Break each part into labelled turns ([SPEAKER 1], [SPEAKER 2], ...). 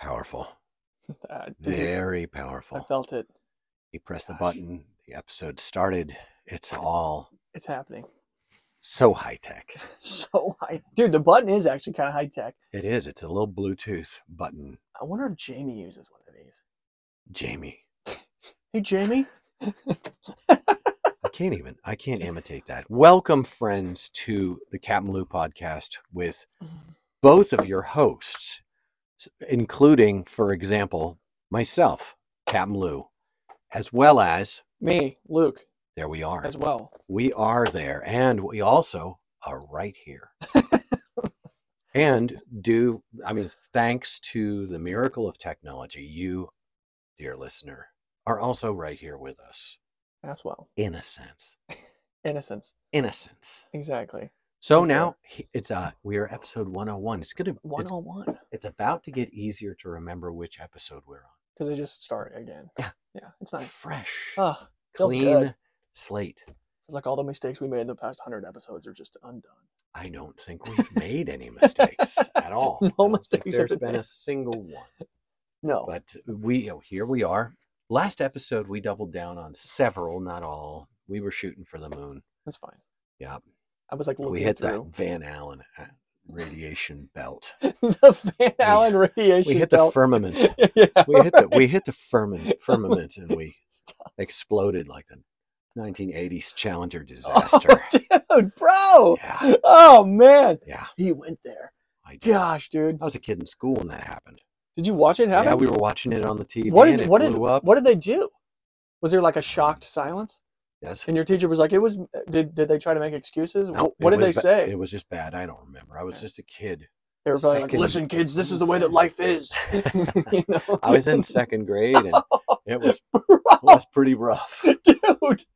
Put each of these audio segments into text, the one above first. [SPEAKER 1] Powerful.
[SPEAKER 2] Uh, I, did you-
[SPEAKER 1] Very
[SPEAKER 2] I
[SPEAKER 1] powerful.
[SPEAKER 2] felt it.
[SPEAKER 1] You press the
[SPEAKER 2] Gosh.
[SPEAKER 1] button, the episode started. It's all
[SPEAKER 2] It's happening.
[SPEAKER 1] so high tech.
[SPEAKER 2] so high, dude. The button is actually kind of high tech.
[SPEAKER 1] It is. It's a little Bluetooth button.
[SPEAKER 2] I wonder if Jamie uses one of these.
[SPEAKER 1] Jamie.
[SPEAKER 2] Hey, Jamie.
[SPEAKER 1] I can't even I can't imitate that. Welcome friends to the Captain Lou podcast with both of your hosts, s- including, for example, myself, Captain Lou, as well as
[SPEAKER 2] Me, Luke,
[SPEAKER 1] there we are.
[SPEAKER 2] as well.
[SPEAKER 1] We are there, and we also are right here. and do I mean thanks to the miracle of technology, you, dear listener, are also right here with us.
[SPEAKER 2] As well.
[SPEAKER 1] In a sense.
[SPEAKER 2] Innocence.
[SPEAKER 1] In a sense.
[SPEAKER 2] Exactly.
[SPEAKER 1] So
[SPEAKER 2] Okay.
[SPEAKER 1] now he- it's uh we are episode 101. It's gonna
[SPEAKER 2] One oh
[SPEAKER 1] it's,
[SPEAKER 2] on one.
[SPEAKER 1] it's about to get easier to remember which episode we're on.
[SPEAKER 2] Because they just start again.
[SPEAKER 1] Yeah.
[SPEAKER 2] Yeah. It's nice.
[SPEAKER 1] Fresh,
[SPEAKER 2] Ah, feels
[SPEAKER 1] clean
[SPEAKER 2] good.
[SPEAKER 1] slate.
[SPEAKER 2] it's like all the mistakes we made in the past hundred episodes are just undone.
[SPEAKER 1] I don't think we've made any mistakes at all.
[SPEAKER 2] No
[SPEAKER 1] I don't think
[SPEAKER 2] mistakes have
[SPEAKER 1] There's
[SPEAKER 2] been
[SPEAKER 1] been a
[SPEAKER 2] made.
[SPEAKER 1] single one.
[SPEAKER 2] No.
[SPEAKER 1] But we you know, here we are. Last episode we doubled down on several, not all. We were shooting for the moon.
[SPEAKER 2] That's fine.
[SPEAKER 1] Yeah,
[SPEAKER 2] I was like looking
[SPEAKER 1] we hit that
[SPEAKER 2] through
[SPEAKER 1] Van Allen uh, radiation belt.
[SPEAKER 2] the Van Allen radiation.
[SPEAKER 1] We hit the
[SPEAKER 2] belt.
[SPEAKER 1] firmament.
[SPEAKER 2] yeah,
[SPEAKER 1] We hit the
[SPEAKER 2] right.
[SPEAKER 1] we hit the firmament firmament and we
[SPEAKER 2] Stop.
[SPEAKER 1] exploded like the 1980s Challenger disaster.
[SPEAKER 2] Oh, dude, bro.
[SPEAKER 1] Yeah,
[SPEAKER 2] Oh man,
[SPEAKER 1] yeah,
[SPEAKER 2] he went there.
[SPEAKER 1] I did.
[SPEAKER 2] Gosh, dude,
[SPEAKER 1] I was a kid in school when that happened.
[SPEAKER 2] did you watch it happen?
[SPEAKER 1] Yeah, we were watching it on the TV
[SPEAKER 2] what
[SPEAKER 1] and
[SPEAKER 2] did
[SPEAKER 1] it
[SPEAKER 2] what
[SPEAKER 1] blew
[SPEAKER 2] did
[SPEAKER 1] up.
[SPEAKER 2] what did they do? Was there like a shocked silence?
[SPEAKER 1] yes.
[SPEAKER 2] And your teacher was like, "It was." Did did they try to make excuses? Wh-
[SPEAKER 1] No,
[SPEAKER 2] what
[SPEAKER 1] it
[SPEAKER 2] did they
[SPEAKER 1] was ba-
[SPEAKER 2] say?
[SPEAKER 1] It was just bad. I don't remember. I was
[SPEAKER 2] Yeah.
[SPEAKER 1] just a kid.
[SPEAKER 2] they were probably like,
[SPEAKER 1] second-
[SPEAKER 2] "Listen, kids, this is the way that life is." you know?
[SPEAKER 1] I was in second grade and it was,
[SPEAKER 2] Bro,
[SPEAKER 1] it was pretty rough.
[SPEAKER 2] dude,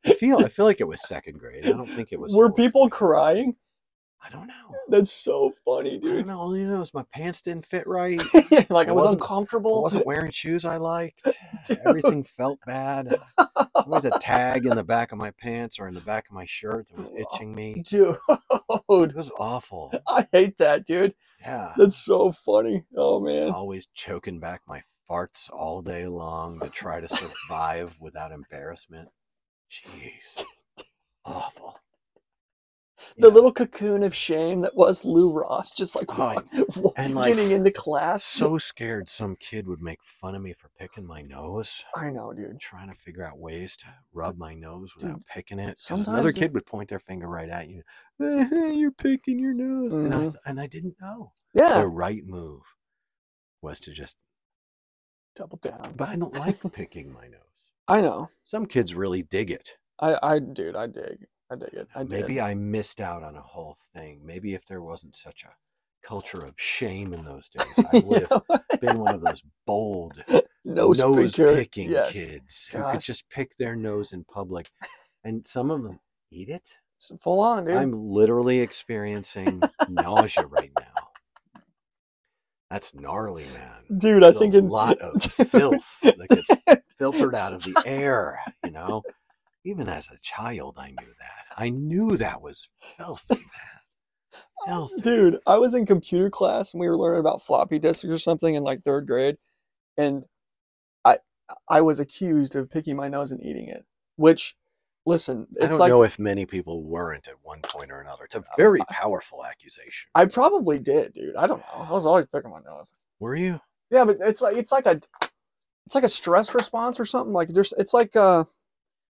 [SPEAKER 1] I feel I feel like it was second grade. I don't think it was.
[SPEAKER 2] were
[SPEAKER 1] fourth
[SPEAKER 2] people
[SPEAKER 1] grade.
[SPEAKER 2] crying?
[SPEAKER 1] I don't know.
[SPEAKER 2] That's so funny,
[SPEAKER 1] I don't
[SPEAKER 2] dude.
[SPEAKER 1] know. All you know is my pants didn't fit right. I
[SPEAKER 2] Yeah, like I was
[SPEAKER 1] wasn't-
[SPEAKER 2] uncomfortable.
[SPEAKER 1] wasn't wearing shoes I liked.
[SPEAKER 2] Dude.
[SPEAKER 1] Everything felt bad. There was a tag in the back of my pants or in the back of my shirt that was itching me. It
[SPEAKER 2] dude.
[SPEAKER 1] was awful.
[SPEAKER 2] I hate that, dude.
[SPEAKER 1] Yeah.
[SPEAKER 2] That's so funny. Oh man.
[SPEAKER 1] Always choking back my farts all day long to try to survive without embarrassment. Jeez. Awful.
[SPEAKER 2] The
[SPEAKER 1] Yeah.
[SPEAKER 2] little cocoon of shame that was Lou Ross, just like
[SPEAKER 1] Oh,
[SPEAKER 2] wa-
[SPEAKER 1] and, like,
[SPEAKER 2] getting into class.
[SPEAKER 1] so scared some kid would make fun of me for picking my nose.
[SPEAKER 2] I know, dude.
[SPEAKER 1] Trying to figure out ways to rub my nose without picking it. 'cause another
[SPEAKER 2] Uh, sometimes it-
[SPEAKER 1] kid would point their finger right at you. "Uh-huh, You're picking your nose, and, I,
[SPEAKER 2] Mhm.
[SPEAKER 1] th- and I didn't know.
[SPEAKER 2] Yeah.
[SPEAKER 1] The right move was to just.
[SPEAKER 2] Double down.
[SPEAKER 1] But I don't like picking my nose.
[SPEAKER 2] I know.
[SPEAKER 1] Some kids really dig it.
[SPEAKER 2] I, I, dude, I dig. I dig it. I
[SPEAKER 1] Maybe
[SPEAKER 2] did.
[SPEAKER 1] I missed out on a whole thing. Maybe if there wasn't such a culture of shame in those days, I would have been one of those bold
[SPEAKER 2] nose,
[SPEAKER 1] nose
[SPEAKER 2] picker.
[SPEAKER 1] picking
[SPEAKER 2] yes.
[SPEAKER 1] kids who could
[SPEAKER 2] Gosh.
[SPEAKER 1] just pick their nose in public, and some of them eat it.
[SPEAKER 2] It's Full on, dude.
[SPEAKER 1] I'm literally experiencing nausea right now. That's gnarly, man.
[SPEAKER 2] dude, I
[SPEAKER 1] There's
[SPEAKER 2] think
[SPEAKER 1] a
[SPEAKER 2] in
[SPEAKER 1] lot of
[SPEAKER 2] Dude.
[SPEAKER 1] filth that gets filtered out of the air. You know, even as a child, I knew that. I knew that was filthy, man. filthy.
[SPEAKER 2] Oh, Dude, I was in computer class and we were learning about floppy disks or something in like third grade, and I I was accused of picking my nose and eating it. Which, listen,
[SPEAKER 1] I
[SPEAKER 2] it's
[SPEAKER 1] don't
[SPEAKER 2] like
[SPEAKER 1] know if many people weren't at one point or another. It's a very powerful accusation.
[SPEAKER 2] I probably did, dude. I don't know. I was always picking my nose.
[SPEAKER 1] Were you?
[SPEAKER 2] Yeah, but it's like it's like a it's like a stress response or something. Like there's it's like uh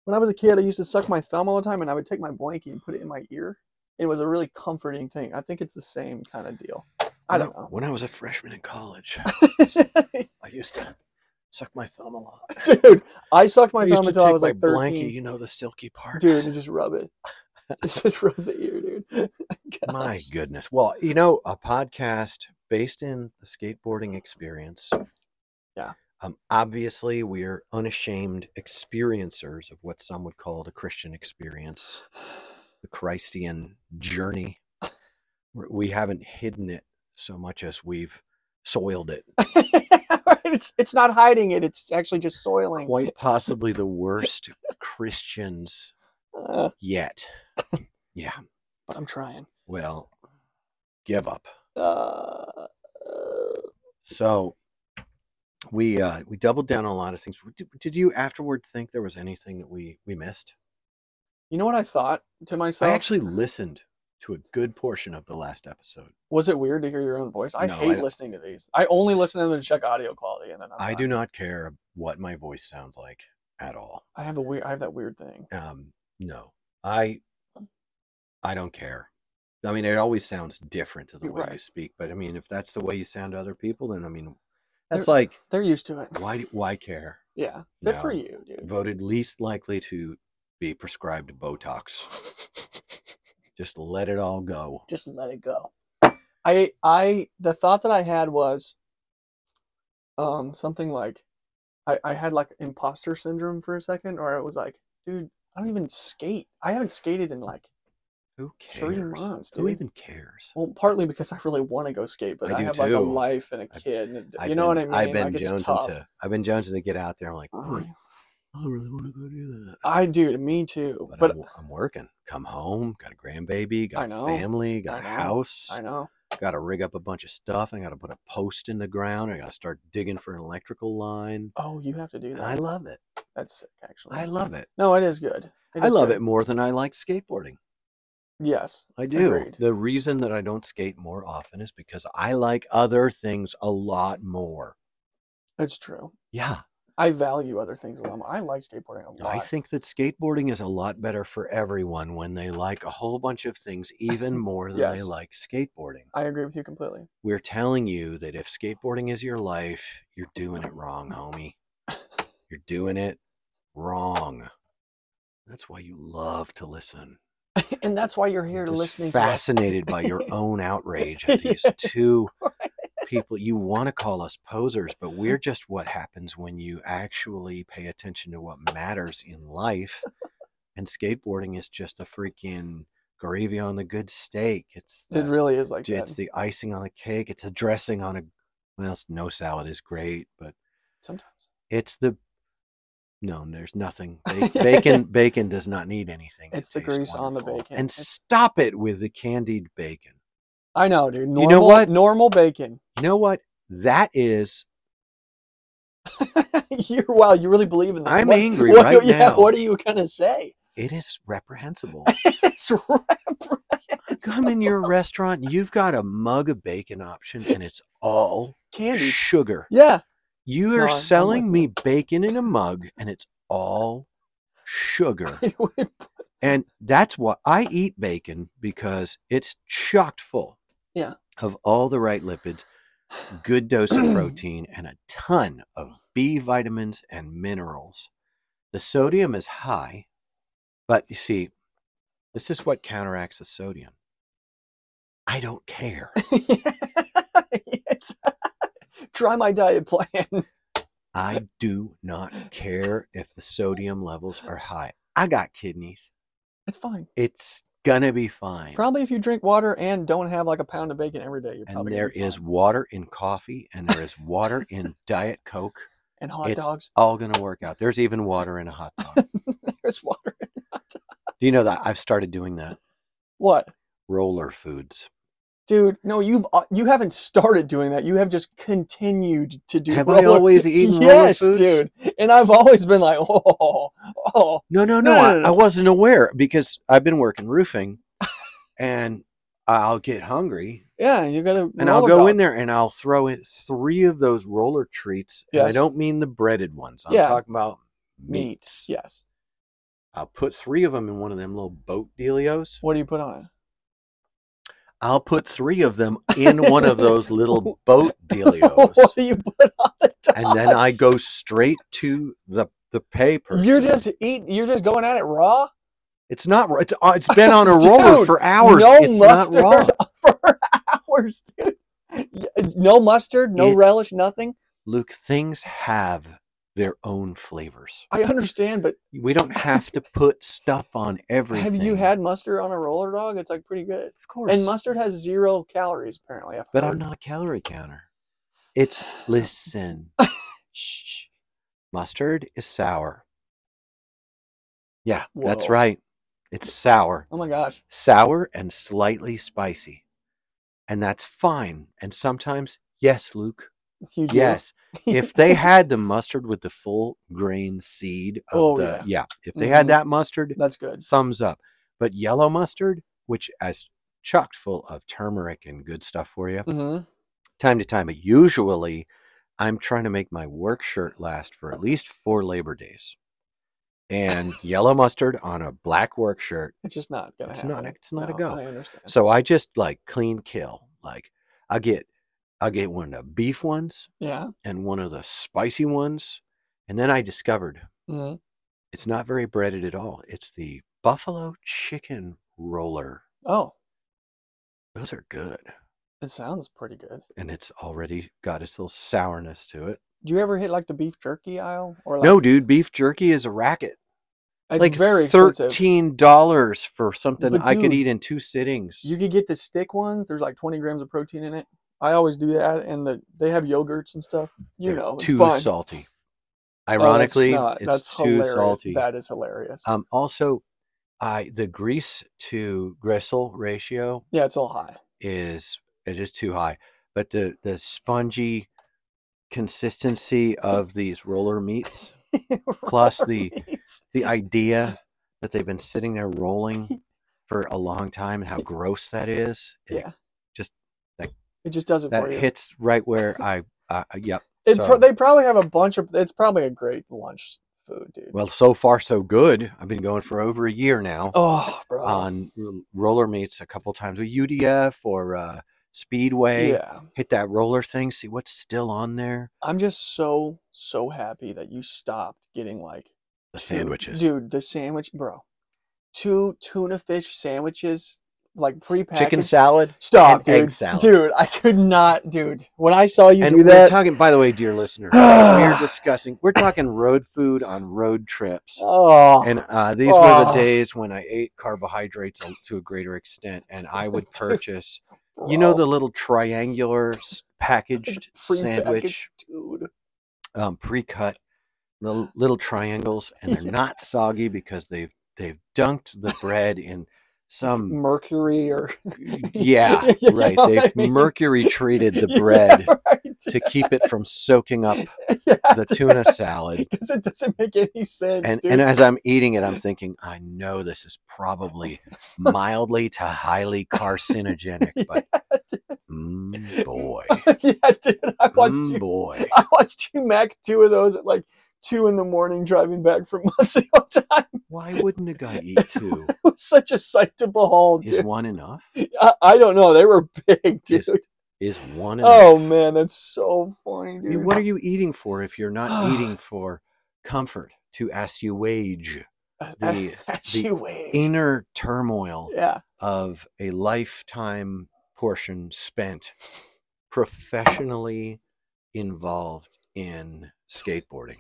[SPEAKER 2] when I was a kid, I used to suck my thumb all the time, and I would take my blankie and put it in my ear. It was a really comforting thing. I think it's the same kind of deal. I
[SPEAKER 1] When
[SPEAKER 2] don't know.
[SPEAKER 1] When I was a freshman in college, I used to suck my thumb a lot.
[SPEAKER 2] dude. I sucked my
[SPEAKER 1] I
[SPEAKER 2] thumb
[SPEAKER 1] used to
[SPEAKER 2] until I
[SPEAKER 1] take
[SPEAKER 2] was
[SPEAKER 1] my
[SPEAKER 2] like
[SPEAKER 1] blanket,
[SPEAKER 2] 13,
[SPEAKER 1] you know, the silky part.
[SPEAKER 2] dude, and just rub it. Just, just rub the ear, dude.
[SPEAKER 1] My
[SPEAKER 2] Gosh.
[SPEAKER 1] goodness. Well, you know, a podcast based in the skateboarding experience.
[SPEAKER 2] Yeah.
[SPEAKER 1] Um, obviously, we're unashamed experiencers of what some would call the Christian experience, the Christian journey. We're- We haven't hidden it so much as we've soiled it.
[SPEAKER 2] Right, it's it's not hiding it. It's actually just soiling.
[SPEAKER 1] Quite possibly the worst Christians
[SPEAKER 2] Uh,
[SPEAKER 1] yet. Yeah.
[SPEAKER 2] but I'm trying.
[SPEAKER 1] Well, give up.
[SPEAKER 2] Uh, uh,
[SPEAKER 1] So we uh we doubled down on a lot of things. Did, did you afterward think there was anything that we we missed?
[SPEAKER 2] You know what I thought to myself?
[SPEAKER 1] I actually listened to a good portion of the last episode.
[SPEAKER 2] was it weird to hear your own voice? I
[SPEAKER 1] No, I
[SPEAKER 2] hate
[SPEAKER 1] don't-
[SPEAKER 2] listening to these. I only listen to them to check audio quality, and then I'm
[SPEAKER 1] I
[SPEAKER 2] not-
[SPEAKER 1] do not care what my voice sounds like at all.
[SPEAKER 2] I have a weird. I have that weird thing.
[SPEAKER 1] Um, no, I I don't care. I mean, it always sounds different to the
[SPEAKER 2] You're
[SPEAKER 1] way you
[SPEAKER 2] right.
[SPEAKER 1] speak, but I mean, if that's the way you sound to other people, then I mean, that's
[SPEAKER 2] There-
[SPEAKER 1] like
[SPEAKER 2] They're used to it.
[SPEAKER 1] why do- why care?
[SPEAKER 2] Yeah, good for
[SPEAKER 1] No.
[SPEAKER 2] you, dude.
[SPEAKER 1] Voted least likely to be prescribed Botox. Just let it all go.
[SPEAKER 2] Just let it go. I I the thought that I had was, um, something like, I I had like imposter syndrome for a second, or it was like, dude, I don't even skate. I haven't skated in like
[SPEAKER 1] Who
[SPEAKER 2] three
[SPEAKER 1] cares?
[SPEAKER 2] months,
[SPEAKER 1] Who
[SPEAKER 2] dude.
[SPEAKER 1] even cares?
[SPEAKER 2] Well, partly because I really want to go skate, but
[SPEAKER 1] I
[SPEAKER 2] I,
[SPEAKER 1] do
[SPEAKER 2] have like a
[SPEAKER 1] too.
[SPEAKER 2] life and a
[SPEAKER 1] I've-
[SPEAKER 2] kid. And,
[SPEAKER 1] I've
[SPEAKER 2] you know
[SPEAKER 1] been-
[SPEAKER 2] what I mean?
[SPEAKER 1] I've been
[SPEAKER 2] like, it's
[SPEAKER 1] jonesing
[SPEAKER 2] tough.
[SPEAKER 1] to. I've been jonesing to get out there. I'm like, "Oh,
[SPEAKER 2] I-
[SPEAKER 1] I don't really want to go do that.
[SPEAKER 2] I do, me too.
[SPEAKER 1] But,
[SPEAKER 2] But
[SPEAKER 1] I'm, I'm working. Come home, got a grandbaby, got
[SPEAKER 2] know,
[SPEAKER 1] family, got a
[SPEAKER 2] know,
[SPEAKER 1] house,
[SPEAKER 2] I know.
[SPEAKER 1] got to rig up a bunch of stuff. I got to put a post in the ground. I got to start digging for an electrical line.
[SPEAKER 2] Oh, you have to do
[SPEAKER 1] And
[SPEAKER 2] that.
[SPEAKER 1] I love it.
[SPEAKER 2] That's sick, actually.
[SPEAKER 1] I love it.
[SPEAKER 2] No, it is good.
[SPEAKER 1] I love it more than I like skateboarding.
[SPEAKER 2] it. Yes.
[SPEAKER 1] I do.
[SPEAKER 2] Agreed.
[SPEAKER 1] The reason that I don't skate more often is because I like other things a lot more.
[SPEAKER 2] It's true.
[SPEAKER 1] Yeah,
[SPEAKER 2] I value other things a lot. more. I like skateboarding a lot.
[SPEAKER 1] I think that skateboarding is a lot better for everyone when they like a whole bunch of things even more than they
[SPEAKER 2] Yes.
[SPEAKER 1] like skateboarding.
[SPEAKER 2] I agree with you completely.
[SPEAKER 1] we're telling you that if skateboarding is your life, you're doing it wrong, homie. You're doing it wrong. That's why you love to listen.
[SPEAKER 2] and that's why you're
[SPEAKER 1] I'm
[SPEAKER 2] here
[SPEAKER 1] just
[SPEAKER 2] listening
[SPEAKER 1] fascinated by your own outrage at these
[SPEAKER 2] Yeah.
[SPEAKER 1] two
[SPEAKER 2] to us.
[SPEAKER 1] people. You want to call us posers, but we're just what happens when you actually pay attention to what matters in life. And skateboarding is just a freaking gravy on the good steak. It's
[SPEAKER 2] It
[SPEAKER 1] the-
[SPEAKER 2] really is like
[SPEAKER 1] J- it's
[SPEAKER 2] that.
[SPEAKER 1] the icing on the cake. It's a dressing on a well, it's no salad is great, but
[SPEAKER 2] Sometimes.
[SPEAKER 1] it's the no, there's nothing. Ba- Bacon, bacon does not need anything. to
[SPEAKER 2] It's the
[SPEAKER 1] taste
[SPEAKER 2] grease on the
[SPEAKER 1] wonderful.
[SPEAKER 2] bacon.
[SPEAKER 1] And
[SPEAKER 2] It's-
[SPEAKER 1] stop it with the candied bacon.
[SPEAKER 2] I know, dude. Normal,
[SPEAKER 1] know what?
[SPEAKER 2] Normal bacon.
[SPEAKER 1] You know what? That is.
[SPEAKER 2] You're wow. You really believe in this?
[SPEAKER 1] I'm
[SPEAKER 2] What-
[SPEAKER 1] angry
[SPEAKER 2] what-
[SPEAKER 1] right
[SPEAKER 2] yeah,
[SPEAKER 1] now.
[SPEAKER 2] What are you gonna say?
[SPEAKER 1] It is reprehensible.
[SPEAKER 2] It's reprehensible.
[SPEAKER 1] Come in your restaurant, you've got a mug of bacon option, and it's all
[SPEAKER 2] candy.
[SPEAKER 1] sugar.
[SPEAKER 2] Yeah,
[SPEAKER 1] You
[SPEAKER 2] No,
[SPEAKER 1] are
[SPEAKER 2] I'm- I'm
[SPEAKER 1] selling
[SPEAKER 2] with
[SPEAKER 1] me
[SPEAKER 2] you.
[SPEAKER 1] bacon in a mug, and it's all sugar.
[SPEAKER 2] we put-
[SPEAKER 1] And that's why I eat bacon because it's chocked full
[SPEAKER 2] Yeah.
[SPEAKER 1] of all the right lipids, good dose of protein, and a ton of B vitamins and minerals. The sodium is high, but you see, this is what counteracts the sodium. I don't care.
[SPEAKER 2] it's try my diet plan.
[SPEAKER 1] I do not care if the sodium levels are high. I got kidneys.
[SPEAKER 2] It's fine.
[SPEAKER 1] It's gonna be fine.
[SPEAKER 2] Probably if you drink water and don't have like a pound of bacon every day, you're
[SPEAKER 1] and
[SPEAKER 2] probably
[SPEAKER 1] there
[SPEAKER 2] gonna be
[SPEAKER 1] is
[SPEAKER 2] fine.
[SPEAKER 1] water in coffee and there is water in diet coke
[SPEAKER 2] and hot
[SPEAKER 1] it's-
[SPEAKER 2] dogs.
[SPEAKER 1] all gonna work out there's even water in a hot dog do
[SPEAKER 2] There's water.
[SPEAKER 1] you know that i've started doing that
[SPEAKER 2] What,
[SPEAKER 1] roller foods
[SPEAKER 2] dude? No, you've uh, you haven't started doing that. You have just continued to do.
[SPEAKER 1] Have I always eaten roller
[SPEAKER 2] Yes,
[SPEAKER 1] foods?
[SPEAKER 2] dude. And I've always been like, oh, oh,
[SPEAKER 1] no no no,
[SPEAKER 2] No,
[SPEAKER 1] I,
[SPEAKER 2] no, no,
[SPEAKER 1] I
[SPEAKER 2] no.
[SPEAKER 1] wasn't aware because i've been working roofing and i'll get hungry
[SPEAKER 2] yeah. You gotta.
[SPEAKER 1] and i'll
[SPEAKER 2] roller
[SPEAKER 1] go
[SPEAKER 2] dog.
[SPEAKER 1] in there and i'll throw in three of those roller treats and i
[SPEAKER 2] Yes.
[SPEAKER 1] don't mean the breaded ones i'm
[SPEAKER 2] Yeah.
[SPEAKER 1] talking about
[SPEAKER 2] meats.
[SPEAKER 1] meats
[SPEAKER 2] Yes.
[SPEAKER 1] i'll put three of them in one of them little boat dealios
[SPEAKER 2] What do you put on it?
[SPEAKER 1] I'll put three of them in one of those little boat dealios,
[SPEAKER 2] what do you put on the top?
[SPEAKER 1] and then I go straight to the the pay person.
[SPEAKER 2] You're just eat. You're just going at it raw.
[SPEAKER 1] it's not ra- it's uh, it's been on a roller
[SPEAKER 2] Dude,
[SPEAKER 1] for hours.
[SPEAKER 2] no
[SPEAKER 1] it's
[SPEAKER 2] mustard
[SPEAKER 1] not raw.
[SPEAKER 2] for hours, dude. Y- No mustard, no
[SPEAKER 1] It-
[SPEAKER 2] relish, nothing.
[SPEAKER 1] Luke, things have their own flavors.
[SPEAKER 2] I understand, but
[SPEAKER 1] We don't have to put stuff on everything.
[SPEAKER 2] have you had mustard on a roller dog? It's like pretty good.
[SPEAKER 1] Of course.
[SPEAKER 2] And mustard has zero calories, apparently. I've
[SPEAKER 1] but I'm
[SPEAKER 2] heard.
[SPEAKER 1] not a calorie counter. It's listen.
[SPEAKER 2] Shh.
[SPEAKER 1] Mustard is sour. Yeah, that's
[SPEAKER 2] Whoa.
[SPEAKER 1] right. It's sour.
[SPEAKER 2] Oh my gosh.
[SPEAKER 1] sour and slightly spicy. And that's fine. And sometimes, yes, Luke,
[SPEAKER 2] You do?
[SPEAKER 1] Yes. If they had the mustard with the full grain seed of
[SPEAKER 2] Oh,
[SPEAKER 1] the
[SPEAKER 2] yeah.
[SPEAKER 1] if they had
[SPEAKER 2] Mhm.
[SPEAKER 1] that mustard,
[SPEAKER 2] that's good.
[SPEAKER 1] thumbs up. But yellow mustard, which is chocked full of turmeric and good stuff for you,
[SPEAKER 2] hmm
[SPEAKER 1] time to time. But usually, I'm trying to make my work shirt last for at least four Labor Days. And yellow mustard on a black work shirt,
[SPEAKER 2] It's just not gonna
[SPEAKER 1] It's
[SPEAKER 2] happen.
[SPEAKER 1] not a- it's not a
[SPEAKER 2] No,
[SPEAKER 1] go.
[SPEAKER 2] I understand.
[SPEAKER 1] so I just like clean kill. Like I get, I get one of the beef ones
[SPEAKER 2] yeah.
[SPEAKER 1] and one of the spicy ones, and then I discovered
[SPEAKER 2] hmm
[SPEAKER 1] it's not very breaded at all. It's the buffalo chicken roller.
[SPEAKER 2] Oh,
[SPEAKER 1] Those are good,
[SPEAKER 2] it sounds pretty good.
[SPEAKER 1] and it's already got its little sourness to it.
[SPEAKER 2] Do you ever hit like the beef jerky aisle or like
[SPEAKER 1] No, dude, beef jerky is a racket.
[SPEAKER 2] It's
[SPEAKER 1] like
[SPEAKER 2] very expensive.
[SPEAKER 1] thirteen dollars for something
[SPEAKER 2] But
[SPEAKER 1] I could
[SPEAKER 2] dude,
[SPEAKER 1] eat in two sittings.
[SPEAKER 2] You could get the stick ones. There's like 20 grams of protein in it. I always do that, and the they have yogurts and stuff. You
[SPEAKER 1] They're
[SPEAKER 2] know, it's
[SPEAKER 1] too
[SPEAKER 2] fun.
[SPEAKER 1] salty.
[SPEAKER 2] Oh, that's
[SPEAKER 1] Ironically,
[SPEAKER 2] not-
[SPEAKER 1] it's
[SPEAKER 2] that's
[SPEAKER 1] too
[SPEAKER 2] hilarious.
[SPEAKER 1] salty.
[SPEAKER 2] That is hilarious.
[SPEAKER 1] Um, also, I the grease to gristle ratio
[SPEAKER 2] yeah, it's all high.
[SPEAKER 1] is it is too high, but the the spongy consistency of these roller meats, Plus the-
[SPEAKER 2] Rories.
[SPEAKER 1] the idea that they've been sitting there rolling for a long time and how gross that is, it-
[SPEAKER 2] yeah,
[SPEAKER 1] just- that-
[SPEAKER 2] it just does it
[SPEAKER 1] that
[SPEAKER 2] for you.
[SPEAKER 1] hits right where I, I I- yep.
[SPEAKER 2] It pro-
[SPEAKER 1] so-
[SPEAKER 2] they probably have a bunch of. It's probably a great lunch food, dude.
[SPEAKER 1] Well, so far so good. I've been going for over a year now
[SPEAKER 2] oh, bro.
[SPEAKER 1] on r- roller meets a couple times with UDF or uh, Speedway.
[SPEAKER 2] yeah,
[SPEAKER 1] Hit that roller thing, see what's still on there.
[SPEAKER 2] I'm just so so happy that you stopped getting like
[SPEAKER 1] The
[SPEAKER 2] two-
[SPEAKER 1] sandwiches,
[SPEAKER 2] dude. The sandwich, bro. Two tuna fish sandwiches, like prepackaged.
[SPEAKER 1] chicken salad,
[SPEAKER 2] Stop,
[SPEAKER 1] and egg
[SPEAKER 2] dude.
[SPEAKER 1] salad.
[SPEAKER 2] Dude, I could not, dude. When I saw you
[SPEAKER 1] and
[SPEAKER 2] do
[SPEAKER 1] we're
[SPEAKER 2] that,
[SPEAKER 1] talking. By the way, dear listener, we're discussing. We're talking road food on road trips.
[SPEAKER 2] oh,
[SPEAKER 1] And uh, these were the
[SPEAKER 2] Oh.
[SPEAKER 1] days when I ate carbohydrates a- to a greater extent, and I would
[SPEAKER 2] Dude,
[SPEAKER 1] purchase, you know,
[SPEAKER 2] bro,
[SPEAKER 1] the little triangular s- packaged
[SPEAKER 2] Prepackaged.
[SPEAKER 1] sandwich,
[SPEAKER 2] dude.
[SPEAKER 1] um, pre-cut, little, little triangles, and they're not soggy because they've they've dunked the bread in some,
[SPEAKER 2] Mercury or
[SPEAKER 1] yeah,
[SPEAKER 2] You
[SPEAKER 1] right.
[SPEAKER 2] know what I
[SPEAKER 1] They've
[SPEAKER 2] mean?
[SPEAKER 1] mercury treated the
[SPEAKER 2] Yeah,
[SPEAKER 1] bread
[SPEAKER 2] right.
[SPEAKER 1] to keep it from soaking up
[SPEAKER 2] Yeah,
[SPEAKER 1] the tuna salad.
[SPEAKER 2] because it doesn't make any sense,
[SPEAKER 1] and
[SPEAKER 2] dude.
[SPEAKER 1] and as I'm eating it, I'm thinking, I know this is probably mildly to highly carcinogenic, but mm, boy,
[SPEAKER 2] yeah, dude. I watched
[SPEAKER 1] mm,
[SPEAKER 2] you.
[SPEAKER 1] boy,
[SPEAKER 2] I watched you mac two of those at like two in the morning driving back from Montreal. Time
[SPEAKER 1] why wouldn't a guy eat two?
[SPEAKER 2] it was such a sight to behold,
[SPEAKER 1] Is
[SPEAKER 2] dude.
[SPEAKER 1] one enough?
[SPEAKER 2] I, I don't know. They were big, dude.
[SPEAKER 1] Is- Is one enough?
[SPEAKER 2] Oh man, that's so funny,
[SPEAKER 1] I mean,
[SPEAKER 2] dude.
[SPEAKER 1] what are you eating for if you're not eating for comfort to assuage
[SPEAKER 2] Uh,
[SPEAKER 1] the-
[SPEAKER 2] uh,
[SPEAKER 1] the
[SPEAKER 2] she waved.
[SPEAKER 1] inner turmoil
[SPEAKER 2] Yeah,
[SPEAKER 1] of a lifetime portion spent professionally involved in skateboarding?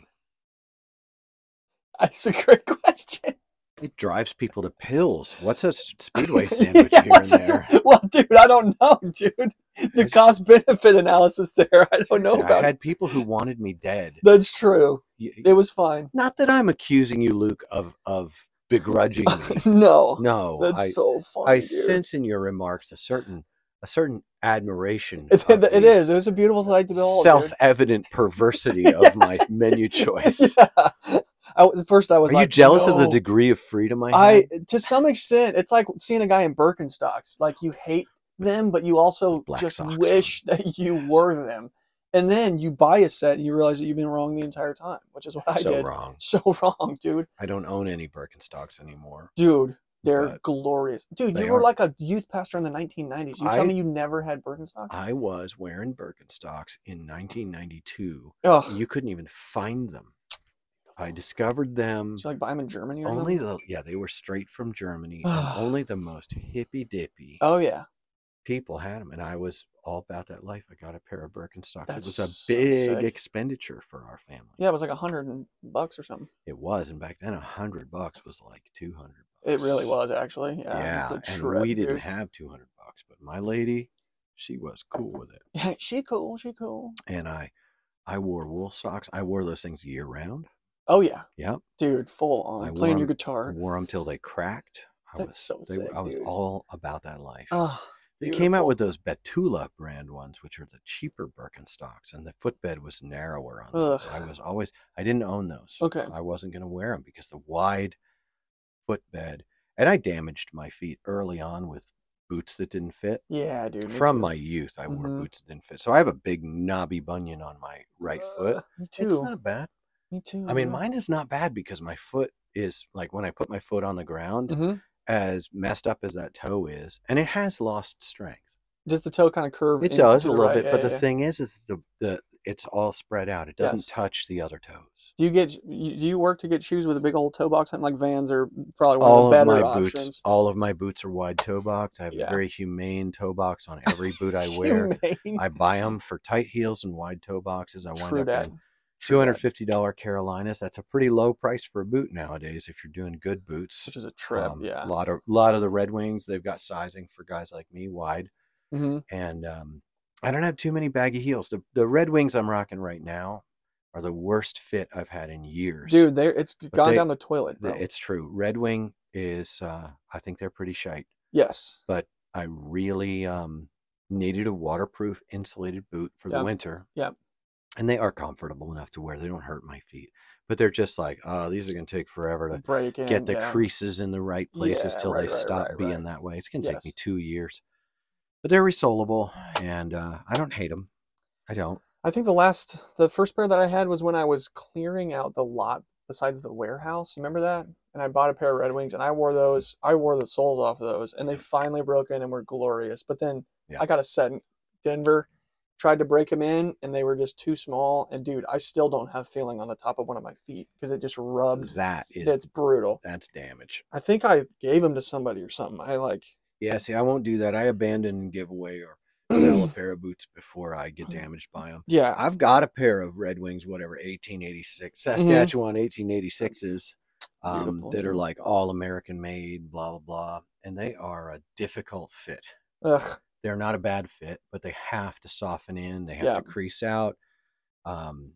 [SPEAKER 2] that's a great question.
[SPEAKER 1] It drives people to pills. What's a s- speedway
[SPEAKER 2] Yeah,
[SPEAKER 1] sandwich here and
[SPEAKER 2] what's this-
[SPEAKER 1] there?
[SPEAKER 2] Well, dude, I don't know, dude. The
[SPEAKER 1] It's-
[SPEAKER 2] cost benefit analysis there, I don't know
[SPEAKER 1] Seriously,
[SPEAKER 2] about.
[SPEAKER 1] I
[SPEAKER 2] it.
[SPEAKER 1] had people who wanted me dead.
[SPEAKER 2] That's true.
[SPEAKER 1] Y-
[SPEAKER 2] It was fine.
[SPEAKER 1] Not that I'm accusing you, Luke, of of begrudging me.
[SPEAKER 2] No,
[SPEAKER 1] No,
[SPEAKER 2] that's
[SPEAKER 1] I,
[SPEAKER 2] so funny.
[SPEAKER 1] I
[SPEAKER 2] dude.
[SPEAKER 1] sense in your remarks a certain a certain admiration.
[SPEAKER 2] It,
[SPEAKER 1] of
[SPEAKER 2] it- it
[SPEAKER 1] the
[SPEAKER 2] is. It was a beautiful sight to behold. dude.
[SPEAKER 1] self-evident perversity of my menu choice.
[SPEAKER 2] yeah. I, at first, I was
[SPEAKER 1] Are
[SPEAKER 2] like,
[SPEAKER 1] you jealous of the
[SPEAKER 2] "No."
[SPEAKER 1] degree of freedom I,
[SPEAKER 2] I,
[SPEAKER 1] had?
[SPEAKER 2] to some extent, it's like seeing a guy in Birkenstocks. Like you hate them, but you also
[SPEAKER 1] black
[SPEAKER 2] just
[SPEAKER 1] socks on.
[SPEAKER 2] wish that you were them. And then you buy a set and you realize that you've been wrong the entire time, which is what I
[SPEAKER 1] so
[SPEAKER 2] did.
[SPEAKER 1] wrong.
[SPEAKER 2] So wrong, dude.
[SPEAKER 1] I don't own any Birkenstocks anymore.
[SPEAKER 2] Dude, they're
[SPEAKER 1] But
[SPEAKER 2] glorious. Dude,
[SPEAKER 1] they
[SPEAKER 2] you were
[SPEAKER 1] are.
[SPEAKER 2] like a youth pastor in the 1990s. You
[SPEAKER 1] I-
[SPEAKER 2] tell me you never had Birkenstocks?
[SPEAKER 1] I was wearing Birkenstocks in 1992.
[SPEAKER 2] Ugh.
[SPEAKER 1] You couldn't even find them. I discovered them
[SPEAKER 2] Did you like buy them in Germany or
[SPEAKER 1] only
[SPEAKER 2] something?
[SPEAKER 1] the yeah they were straight from Germany and only the most hippy dippy
[SPEAKER 2] Oh, yeah.
[SPEAKER 1] people had them and I was all about that life. I got a pair of Birkenstocks. it
[SPEAKER 2] That's
[SPEAKER 1] was a
[SPEAKER 2] so
[SPEAKER 1] big
[SPEAKER 2] sick.
[SPEAKER 1] expenditure for our family.
[SPEAKER 2] Yeah, it was like a hundred and bucks or something.
[SPEAKER 1] It was, and back then a hundred bucks was like two hundred.
[SPEAKER 2] It really was, actually. Yeah. it's a
[SPEAKER 1] and
[SPEAKER 2] trip,
[SPEAKER 1] we didn't
[SPEAKER 2] dude.
[SPEAKER 1] have two hundred bucks, but my lady, she was cool with it,
[SPEAKER 2] Yeah, she cool. She cool.
[SPEAKER 1] and I, I wore wool socks. I wore those things year round.
[SPEAKER 2] Oh, yeah.
[SPEAKER 1] Yep,
[SPEAKER 2] dude, full
[SPEAKER 1] I
[SPEAKER 2] on
[SPEAKER 1] wore
[SPEAKER 2] playing your
[SPEAKER 1] 'em- I
[SPEAKER 2] guitar.
[SPEAKER 1] wore them till they cracked. I
[SPEAKER 2] That's so
[SPEAKER 1] was, they,
[SPEAKER 2] sick,
[SPEAKER 1] I was
[SPEAKER 2] dude.
[SPEAKER 1] all about that life.
[SPEAKER 2] Ah,
[SPEAKER 1] They came out
[SPEAKER 2] Beautiful.
[SPEAKER 1] with those Betula brand ones, which are the cheaper Birkenstocks, and the footbed was narrower on those. I
[SPEAKER 2] Ugh.
[SPEAKER 1] was always I didn't own those.
[SPEAKER 2] Okay.
[SPEAKER 1] I wasn't going to wear them because the wide footbed, and I damaged my feet early on with boots that didn't fit.
[SPEAKER 2] Yeah, dude. me
[SPEAKER 1] From
[SPEAKER 2] too.
[SPEAKER 1] my youth, I wore
[SPEAKER 2] Mhm.
[SPEAKER 1] boots that didn't fit, so I have a big knobby bunion on my right foot.
[SPEAKER 2] Uh, Me
[SPEAKER 1] It's
[SPEAKER 2] too. Mm-hmm.
[SPEAKER 1] not bad.
[SPEAKER 2] me too.
[SPEAKER 1] I mean, mine is not bad because my foot is like when I put my foot on the ground,
[SPEAKER 2] hmm
[SPEAKER 1] as messed up as that toe is, and it has lost strength.
[SPEAKER 2] Does the toe kind of curve?
[SPEAKER 1] It
[SPEAKER 2] in
[SPEAKER 1] does
[SPEAKER 2] to
[SPEAKER 1] a
[SPEAKER 2] the
[SPEAKER 1] little
[SPEAKER 2] right?
[SPEAKER 1] bit,
[SPEAKER 2] Yeah,
[SPEAKER 1] but the
[SPEAKER 2] yeah.
[SPEAKER 1] thing is, is the the it's all spread out. It doesn't
[SPEAKER 2] Yes.
[SPEAKER 1] touch the other toes.
[SPEAKER 2] Do you get? you- Do you work to get shoes with a big old toe box? Something like Vans are probably one
[SPEAKER 1] All
[SPEAKER 2] of the
[SPEAKER 1] of
[SPEAKER 2] better
[SPEAKER 1] my boots,
[SPEAKER 2] options.
[SPEAKER 1] all of my boots are wide toe box. I have
[SPEAKER 2] Yeah.
[SPEAKER 1] a very humane toe box on every boot I wear.
[SPEAKER 2] Humane.
[SPEAKER 1] I buy them for tight heels and wide toe boxes. I wind
[SPEAKER 2] True
[SPEAKER 1] up
[SPEAKER 2] that.
[SPEAKER 1] in two
[SPEAKER 2] True
[SPEAKER 1] hundred
[SPEAKER 2] that,
[SPEAKER 1] fifty dollar Carolinas. That's a pretty low price for a boot nowadays. If you're doing good boots,
[SPEAKER 2] Which is a trip.
[SPEAKER 1] Um,
[SPEAKER 2] yeah.
[SPEAKER 1] A lot of lot of the Red Wings, they've got sizing for guys like me wide.
[SPEAKER 2] hmm
[SPEAKER 1] and um, I don't have too many baggy heels. The the Red Wings I'm rocking right now are the worst fit I've had in years.
[SPEAKER 2] Dude, there it's gone
[SPEAKER 1] they-
[SPEAKER 2] down the toilet.
[SPEAKER 1] The-
[SPEAKER 2] Bro.
[SPEAKER 1] it's true. Red Wing is uh, I think they're pretty shite.
[SPEAKER 2] yes.
[SPEAKER 1] I really um, needed a waterproof insulated boot for
[SPEAKER 2] Yeah.
[SPEAKER 1] the winter.
[SPEAKER 2] Yeah.
[SPEAKER 1] And they are comfortable enough to wear. They don't hurt my feet, but they're just like, oh, these are gonna take forever to
[SPEAKER 2] Break in.
[SPEAKER 1] get the
[SPEAKER 2] yeah.
[SPEAKER 1] creases in the right places
[SPEAKER 2] Yeah,
[SPEAKER 1] till
[SPEAKER 2] right,
[SPEAKER 1] they
[SPEAKER 2] right,
[SPEAKER 1] stop
[SPEAKER 2] right,
[SPEAKER 1] being
[SPEAKER 2] right.
[SPEAKER 1] that way. It's gonna take me
[SPEAKER 2] Yes.
[SPEAKER 1] two years, but they're resolable, and uh, I don't hate them. I don't.
[SPEAKER 2] I think the last, the first pair that I had was when I was clearing out the lot besides the warehouse. You remember that? And I bought a pair of Red Wings, and I wore those. I wore the soles off of those, and they finally broke in and were glorious. But then
[SPEAKER 1] Yeah.
[SPEAKER 2] I got a set in Denver, tried to break them in, and they were just too small. And dude, I still don't have feeling on the top of one of my feet because it just rubbed.
[SPEAKER 1] That is
[SPEAKER 2] Um, That's brutal.
[SPEAKER 1] that's damage.
[SPEAKER 2] I think I gave them to somebody or something. I like.
[SPEAKER 1] Yeah, see, I won't do that. I abandon and give away or sell a pair of boots before I
[SPEAKER 2] Mm.
[SPEAKER 1] get damaged by them.
[SPEAKER 2] Yeah, I-
[SPEAKER 1] I've got a pair of Red Wings, whatever, 1886, Saskatchewan 1886s um,
[SPEAKER 2] Mm-hmm. Beautiful,
[SPEAKER 1] that are
[SPEAKER 2] dude.
[SPEAKER 1] like all American made, blah, blah, blah. And they are a difficult fit.
[SPEAKER 2] ugh,
[SPEAKER 1] They're not a bad fit, but they have to soften in, they have
[SPEAKER 2] Yeah.
[SPEAKER 1] to crease out. Um,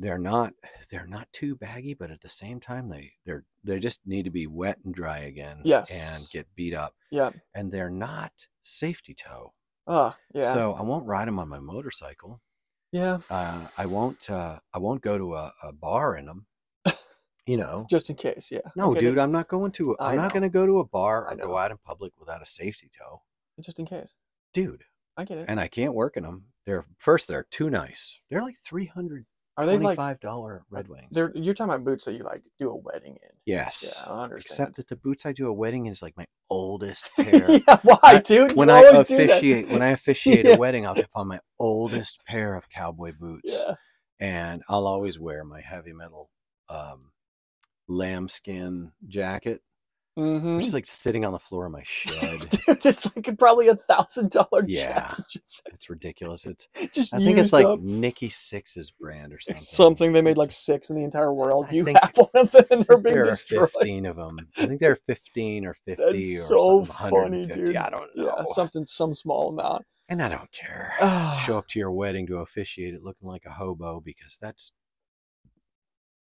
[SPEAKER 1] they're not they're not too baggy, but at the same time they they're they just need to be wet and dry again and
[SPEAKER 2] Yes.
[SPEAKER 1] get beat up
[SPEAKER 2] yeah,
[SPEAKER 1] and they're not safety toe.
[SPEAKER 2] uh, yeah,
[SPEAKER 1] So I won't ride them on my motorcycle.
[SPEAKER 2] yeah.
[SPEAKER 1] Uh, I won't. Uh, I won't go to a, a bar in them. You know.
[SPEAKER 2] Just in case, yeah.
[SPEAKER 1] No,
[SPEAKER 2] Okay,
[SPEAKER 1] dude, I'm not going to.
[SPEAKER 2] I
[SPEAKER 1] I'm not
[SPEAKER 2] know.
[SPEAKER 1] going to go to a bar
[SPEAKER 2] I
[SPEAKER 1] or
[SPEAKER 2] know.
[SPEAKER 1] go out in public without a safety toe,
[SPEAKER 2] Just in case,
[SPEAKER 1] dude.
[SPEAKER 2] I get it.
[SPEAKER 1] And I can't work in them. They're first. They're too nice. They're like three hundred
[SPEAKER 2] Are they like
[SPEAKER 1] twenty-five dollar Red Wings.
[SPEAKER 2] They're, you're talking about boots that you like do a wedding in.
[SPEAKER 1] yes.
[SPEAKER 2] Yeah, I understand.
[SPEAKER 1] Except that the boots I do a wedding is like my oldest pair.
[SPEAKER 2] yeah, why,
[SPEAKER 1] I-
[SPEAKER 2] dude?
[SPEAKER 1] when
[SPEAKER 2] you
[SPEAKER 1] I
[SPEAKER 2] always do that.
[SPEAKER 1] officiate, when I officiate
[SPEAKER 2] Yeah.
[SPEAKER 1] a wedding, I'll have on my oldest pair of cowboy boots,
[SPEAKER 2] yeah,
[SPEAKER 1] and I'll always wear my heavy metal um, lambskin jacket,
[SPEAKER 2] mm-hmm.
[SPEAKER 1] which is like sitting on the floor of my shed.
[SPEAKER 2] dude, it's like probably a thousand dollar
[SPEAKER 1] Yeah.
[SPEAKER 2] Just,
[SPEAKER 1] it's ridiculous. It's
[SPEAKER 2] just
[SPEAKER 1] I think it's
[SPEAKER 2] used
[SPEAKER 1] like
[SPEAKER 2] up.
[SPEAKER 1] Nikki Six's brand or something.
[SPEAKER 2] something they made
[SPEAKER 1] It's-
[SPEAKER 2] like six in the entire world.
[SPEAKER 1] I
[SPEAKER 2] You
[SPEAKER 1] think-
[SPEAKER 2] have one of them, and
[SPEAKER 1] I
[SPEAKER 2] they're
[SPEAKER 1] think
[SPEAKER 2] being
[SPEAKER 1] there are
[SPEAKER 2] destroyed.
[SPEAKER 1] fifteen of them. I think there are fifteen or fifty
[SPEAKER 2] That's
[SPEAKER 1] or
[SPEAKER 2] so
[SPEAKER 1] something,
[SPEAKER 2] funny,
[SPEAKER 1] 150.
[SPEAKER 2] dude.
[SPEAKER 1] I don't know.
[SPEAKER 2] Yeah, something, some small amount.
[SPEAKER 1] and I don't care. show up to your wedding to officiate it looking like a hobo because that's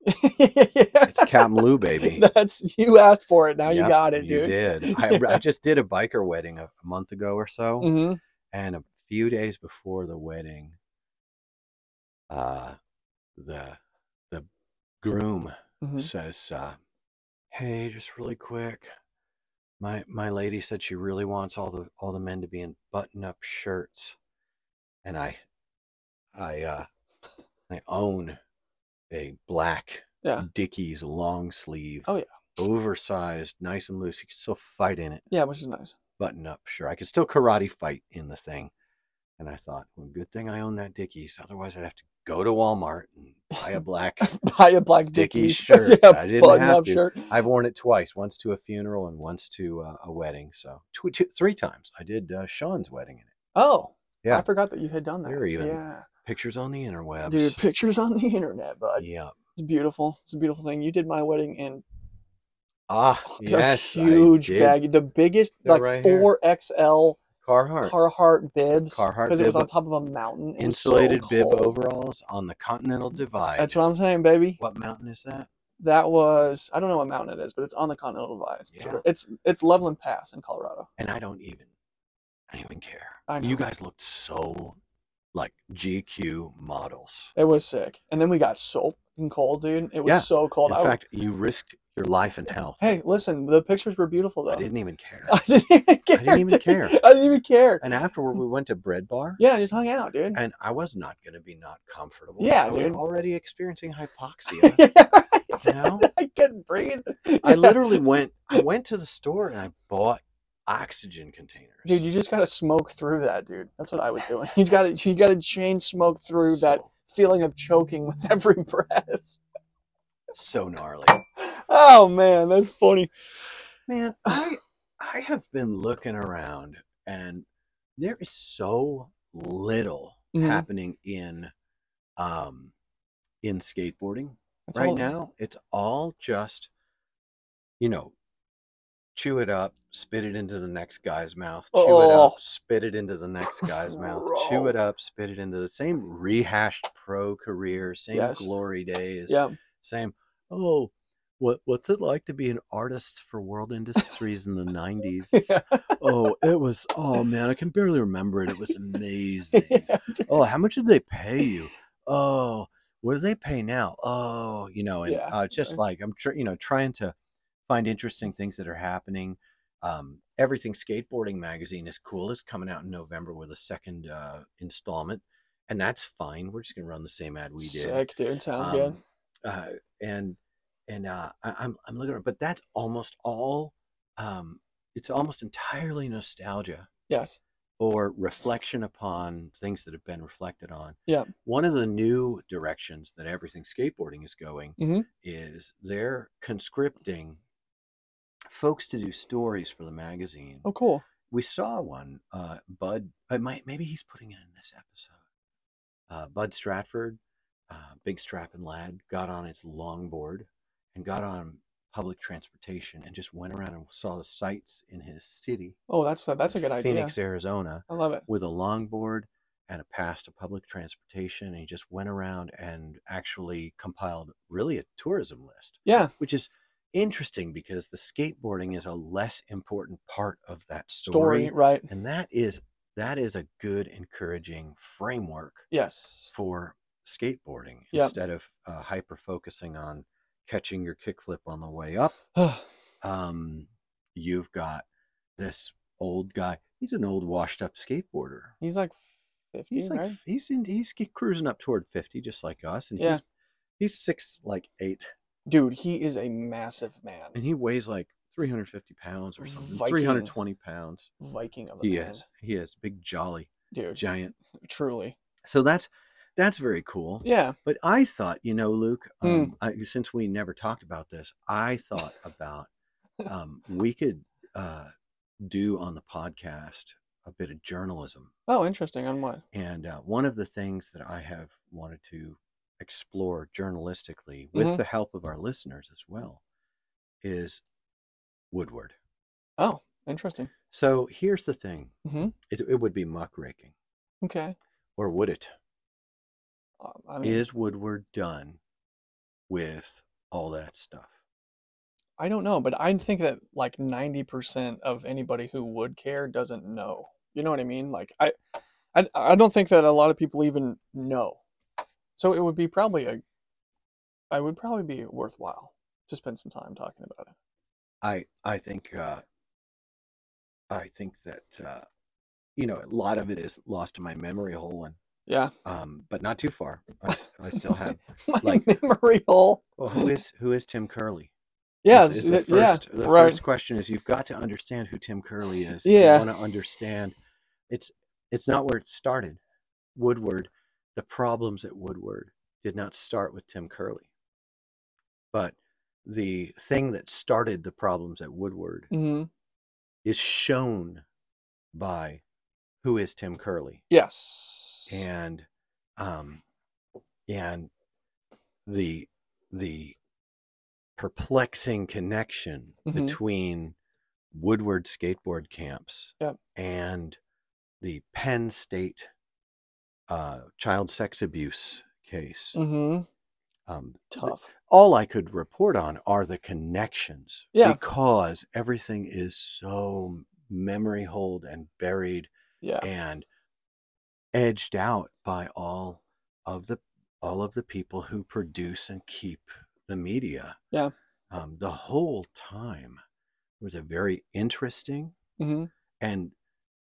[SPEAKER 1] it's Captain Lou, baby.
[SPEAKER 2] That's you asked for it. Now you
[SPEAKER 1] Yep,
[SPEAKER 2] got it,
[SPEAKER 1] You
[SPEAKER 2] dude.
[SPEAKER 1] did. I, I just did a biker wedding a, a month ago or so,
[SPEAKER 2] Mm-hmm.
[SPEAKER 1] and a few days before the wedding, uh, the the groom
[SPEAKER 2] Mm-hmm.
[SPEAKER 1] says, uh, "Hey, just really quick, my my lady said she really wants all the all the men to be in button up shirts," and I, I, uh, I own a black
[SPEAKER 2] Yeah.
[SPEAKER 1] Dickies long sleeve.
[SPEAKER 2] Oh, yeah.
[SPEAKER 1] Oversized, nice and loose. You can still fight in it.
[SPEAKER 2] Yeah, which is nice.
[SPEAKER 1] Button up, sure. I could still karate fight in the thing. And I thought, well, good thing I own that Dickies. Otherwise, I'd have to go to Walmart and buy a black.
[SPEAKER 2] Buy a black
[SPEAKER 1] Dickies
[SPEAKER 2] Dickies
[SPEAKER 1] shirt.
[SPEAKER 2] yeah,
[SPEAKER 1] I didn't
[SPEAKER 2] button
[SPEAKER 1] have
[SPEAKER 2] up
[SPEAKER 1] to.
[SPEAKER 2] shirt.
[SPEAKER 1] I've worn it twice, once to a funeral and once to uh, a wedding. So two, two, three times. I did uh, Sean's wedding in it.
[SPEAKER 2] Oh,
[SPEAKER 1] Yeah.
[SPEAKER 2] I forgot that you had done that.
[SPEAKER 1] They're even
[SPEAKER 2] yeah,
[SPEAKER 1] Pictures on the interwebs.
[SPEAKER 2] dude, pictures on the internet, bud.
[SPEAKER 1] Yeah.
[SPEAKER 2] It's beautiful. It's a beautiful thing. You did my weing in
[SPEAKER 1] Ah,
[SPEAKER 2] a
[SPEAKER 1] yes. I
[SPEAKER 2] huge
[SPEAKER 1] did.
[SPEAKER 2] bag, the biggest
[SPEAKER 1] They're
[SPEAKER 2] like
[SPEAKER 1] right here.
[SPEAKER 2] four XL
[SPEAKER 1] Carhartt.
[SPEAKER 2] Carhartt bibs,
[SPEAKER 1] Carhartt
[SPEAKER 2] because it was
[SPEAKER 1] bib-
[SPEAKER 2] on top of a mountain. It was so
[SPEAKER 1] insulated bib
[SPEAKER 2] cold.
[SPEAKER 1] overalls on the Continental Divide.
[SPEAKER 2] That's what I'm saying, baby.
[SPEAKER 1] What mountain is that?
[SPEAKER 2] That was I don't know what mountain it is, but it's on the Continental Divide.
[SPEAKER 1] Yeah.
[SPEAKER 2] It's it's Loveland Pass in Colorado.
[SPEAKER 1] And I don't even. I didn't even care.
[SPEAKER 2] I know.
[SPEAKER 1] You guys looked so like GQ models.
[SPEAKER 2] It was sick. And then we got so fucking cold, dude. It was
[SPEAKER 1] Yeah.
[SPEAKER 2] so cold.
[SPEAKER 1] In
[SPEAKER 2] I,
[SPEAKER 1] fact, you risked your life and health.
[SPEAKER 2] hey, listen, the pictures were beautiful though.
[SPEAKER 1] I didn't even care.
[SPEAKER 2] I didn't even care.
[SPEAKER 1] didn't even
[SPEAKER 2] dude.
[SPEAKER 1] care.
[SPEAKER 2] I didn't even care.
[SPEAKER 1] and afterward, we went to Bread Bar.
[SPEAKER 2] Yeah, I just hung out, dude.
[SPEAKER 1] And I was not going to be not comfortable.
[SPEAKER 2] Yeah,
[SPEAKER 1] I was
[SPEAKER 2] dude.
[SPEAKER 1] already experiencing hypoxia.
[SPEAKER 2] yeah, right.
[SPEAKER 1] you know,
[SPEAKER 2] I couldn't breathe.
[SPEAKER 1] I
[SPEAKER 2] Yeah.
[SPEAKER 1] literally went. I went to the store and I bought oxygen containers.
[SPEAKER 2] Dude, you just gotta smoke through that, dude. That's what I was doing. You gotta, you gotta chain smoke through that
[SPEAKER 1] So-
[SPEAKER 2] feeling of choking with every breath.
[SPEAKER 1] So gnarly,
[SPEAKER 2] Oh man, that's funny.
[SPEAKER 1] man. I I have been looking around and there is so little
[SPEAKER 2] Mhm.
[SPEAKER 1] happening in um in skateboarding.
[SPEAKER 2] That's
[SPEAKER 1] right
[SPEAKER 2] all-
[SPEAKER 1] now it's all just you know chew it up spit it into the next guy's mouth chew it
[SPEAKER 2] Oh.
[SPEAKER 1] up spit it into the next guy's mouth chew it
[SPEAKER 2] Bro.
[SPEAKER 1] up spit it into the same rehashed pro career same
[SPEAKER 2] Yes.
[SPEAKER 1] glory days
[SPEAKER 2] Yeah,
[SPEAKER 1] same oh what what's it like to be an artist for world industries in the 90s
[SPEAKER 2] yeah,
[SPEAKER 1] oh it was oh man i can barely remember it it was amazing
[SPEAKER 2] yeah,
[SPEAKER 1] oh, how much did they pay you? Oh, what do they pay now? Oh, you know, and
[SPEAKER 2] Yeah,
[SPEAKER 1] uh, just
[SPEAKER 2] yeah.
[SPEAKER 1] like I'm, tr- you know, trying to find interesting things that are happening. Um, Everything Skateboarding Magazine is cool. It's coming out in November with a second uh, installment, and that's fine. We're just gonna run the same ad we did.
[SPEAKER 2] Sick, dude. Sounds
[SPEAKER 1] Um,
[SPEAKER 2] good.
[SPEAKER 1] Uh, and and uh, I, I'm I'm looking, at- but that's almost all. Um, it's almost entirely nostalgia
[SPEAKER 2] Yes.
[SPEAKER 1] or reflection upon things that have been reflected on.
[SPEAKER 2] Yeah.
[SPEAKER 1] One of the new directions that everything skateboarding is going
[SPEAKER 2] Mhm.
[SPEAKER 1] is they're conscripting folks to do stories for the magazine.
[SPEAKER 2] Oh, cool.
[SPEAKER 1] We saw one, uh, Bud, I might, maybe he's putting it in this episode. Uh, Bud Stratford, uh, big strapping lad, got on his longboard and got on public transportation and just went around and saw the sights in his city.
[SPEAKER 2] Oh, that's a, that's a good idea.
[SPEAKER 1] Phoenix, Arizona
[SPEAKER 2] I love it.
[SPEAKER 1] with a longboard and a pass to public transportation. And he just went around and actually compiled really a tourism list,
[SPEAKER 2] Yeah,
[SPEAKER 1] which is interesting because the skateboarding is a less important part of that story.
[SPEAKER 2] story, right?
[SPEAKER 1] And that is that is a good encouraging framework
[SPEAKER 2] Yes.
[SPEAKER 1] for skateboarding
[SPEAKER 2] Yep.
[SPEAKER 1] instead of uh, hyper focusing on catching your kickflip on the way up um, you've got this old guy. He's an old, washed-up skateboarder.
[SPEAKER 2] He's like fifty,
[SPEAKER 1] He's like
[SPEAKER 2] right?
[SPEAKER 1] f- he's in he's ki- cruising up toward fifty, just like us, and
[SPEAKER 2] Yeah.
[SPEAKER 1] he's he's six like eight,
[SPEAKER 2] Dude, he is a massive man.
[SPEAKER 1] and he weighs like three hundred fifty pounds or something,
[SPEAKER 2] Viking.
[SPEAKER 1] three hundred twenty pounds.
[SPEAKER 2] Viking of a
[SPEAKER 1] He
[SPEAKER 2] man.
[SPEAKER 1] is he is big, jolly,
[SPEAKER 2] dude.
[SPEAKER 1] giant.
[SPEAKER 2] truly.
[SPEAKER 1] So that's that's very cool.
[SPEAKER 2] Yeah.
[SPEAKER 1] But I thought, you know, Luke,
[SPEAKER 2] Hmm.
[SPEAKER 1] um, I, since we never talked about this, I thought about um, we could uh, do on the podcast a bit of journalism.
[SPEAKER 2] Oh, interesting. On what?
[SPEAKER 1] And uh, one of the things that I have wanted to explore journalistically with
[SPEAKER 2] Mhm.
[SPEAKER 1] the help of our listeners as well is Woodward.
[SPEAKER 2] Oh, interesting.
[SPEAKER 1] So here's the thing
[SPEAKER 2] Mhm.
[SPEAKER 1] it, it would be muckraking,
[SPEAKER 2] Okay.
[SPEAKER 1] or would it?
[SPEAKER 2] Uh, I mean,
[SPEAKER 1] Is Woodward done with all that stuff?
[SPEAKER 2] I don't know, but I think that like 90% of anybody who would care doesn't know. You know what I mean? Like I I, I don't think that a lot of people even know. So it would be probably a I would probably be worthwhile to spend some time talking about it.
[SPEAKER 1] I I think uh, I think that uh, you know a lot of it is lost to my memory hole, and
[SPEAKER 2] Yeah.
[SPEAKER 1] um, but not too far. I, s- I still have.
[SPEAKER 2] My
[SPEAKER 1] like-
[SPEAKER 2] memory hole.
[SPEAKER 1] Well, who is who is Tim Curley?
[SPEAKER 2] Yeah,
[SPEAKER 1] Is- is
[SPEAKER 2] th-
[SPEAKER 1] the first,
[SPEAKER 2] yeah,
[SPEAKER 1] the
[SPEAKER 2] right.
[SPEAKER 1] first question is you've got to understand who Tim Curley is.
[SPEAKER 2] Yeah.
[SPEAKER 1] want to understand. It's it's not where it started. Woodward, the problems at Woodward did not start with Tim Curley, but the thing that started the problems at Woodward
[SPEAKER 2] hmm
[SPEAKER 1] is shown by who is Tim Curley
[SPEAKER 2] Yes.
[SPEAKER 1] and um and the the perplexing connection
[SPEAKER 2] Mhm.
[SPEAKER 1] between Woodward skateboard camps
[SPEAKER 2] Yep.
[SPEAKER 1] and the Penn State uh, child sex abuse case.
[SPEAKER 2] hmm
[SPEAKER 1] Um, th-
[SPEAKER 2] Tough.
[SPEAKER 1] all I could report on are the connections
[SPEAKER 2] Yeah.
[SPEAKER 1] because everything is so memory hold and buried
[SPEAKER 2] Yeah.
[SPEAKER 1] and edged out by all of the all of the people who produce and keep the media.
[SPEAKER 2] Yeah.
[SPEAKER 1] Um, the whole time It was a very interesting
[SPEAKER 2] hmm
[SPEAKER 1] and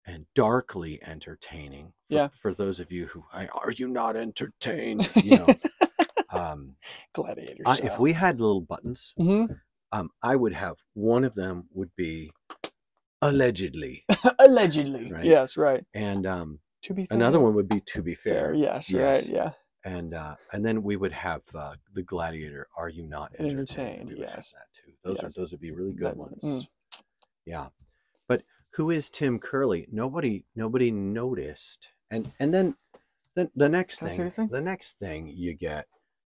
[SPEAKER 1] and darkly entertaining. For,
[SPEAKER 2] Yeah.
[SPEAKER 1] For those of you who I, are you not entertained? You know. um,
[SPEAKER 2] Gladiator.
[SPEAKER 1] I, if we had little buttons,
[SPEAKER 2] hmm
[SPEAKER 1] um, I would have one of them would be allegedly,
[SPEAKER 2] Allegedly.
[SPEAKER 1] Right.
[SPEAKER 2] Yes. Right.
[SPEAKER 1] and um,
[SPEAKER 2] To be fair.
[SPEAKER 1] another one would be to be fair.
[SPEAKER 2] Fair. Yes.
[SPEAKER 1] Yes.
[SPEAKER 2] Right. Yeah.
[SPEAKER 1] and uh, and then we would have uh, the gladiator. Are you not entertained?
[SPEAKER 2] Entertained,
[SPEAKER 1] We would have
[SPEAKER 2] yes.
[SPEAKER 1] that too. Those
[SPEAKER 2] Yes.
[SPEAKER 1] are those would be really good
[SPEAKER 2] That one,
[SPEAKER 1] ones.
[SPEAKER 2] mm.
[SPEAKER 1] Yeah, but who is Tim Curley? Nobody nobody noticed. And and then the, the next
[SPEAKER 2] Can I say
[SPEAKER 1] thing
[SPEAKER 2] this thing?
[SPEAKER 1] the next thing you get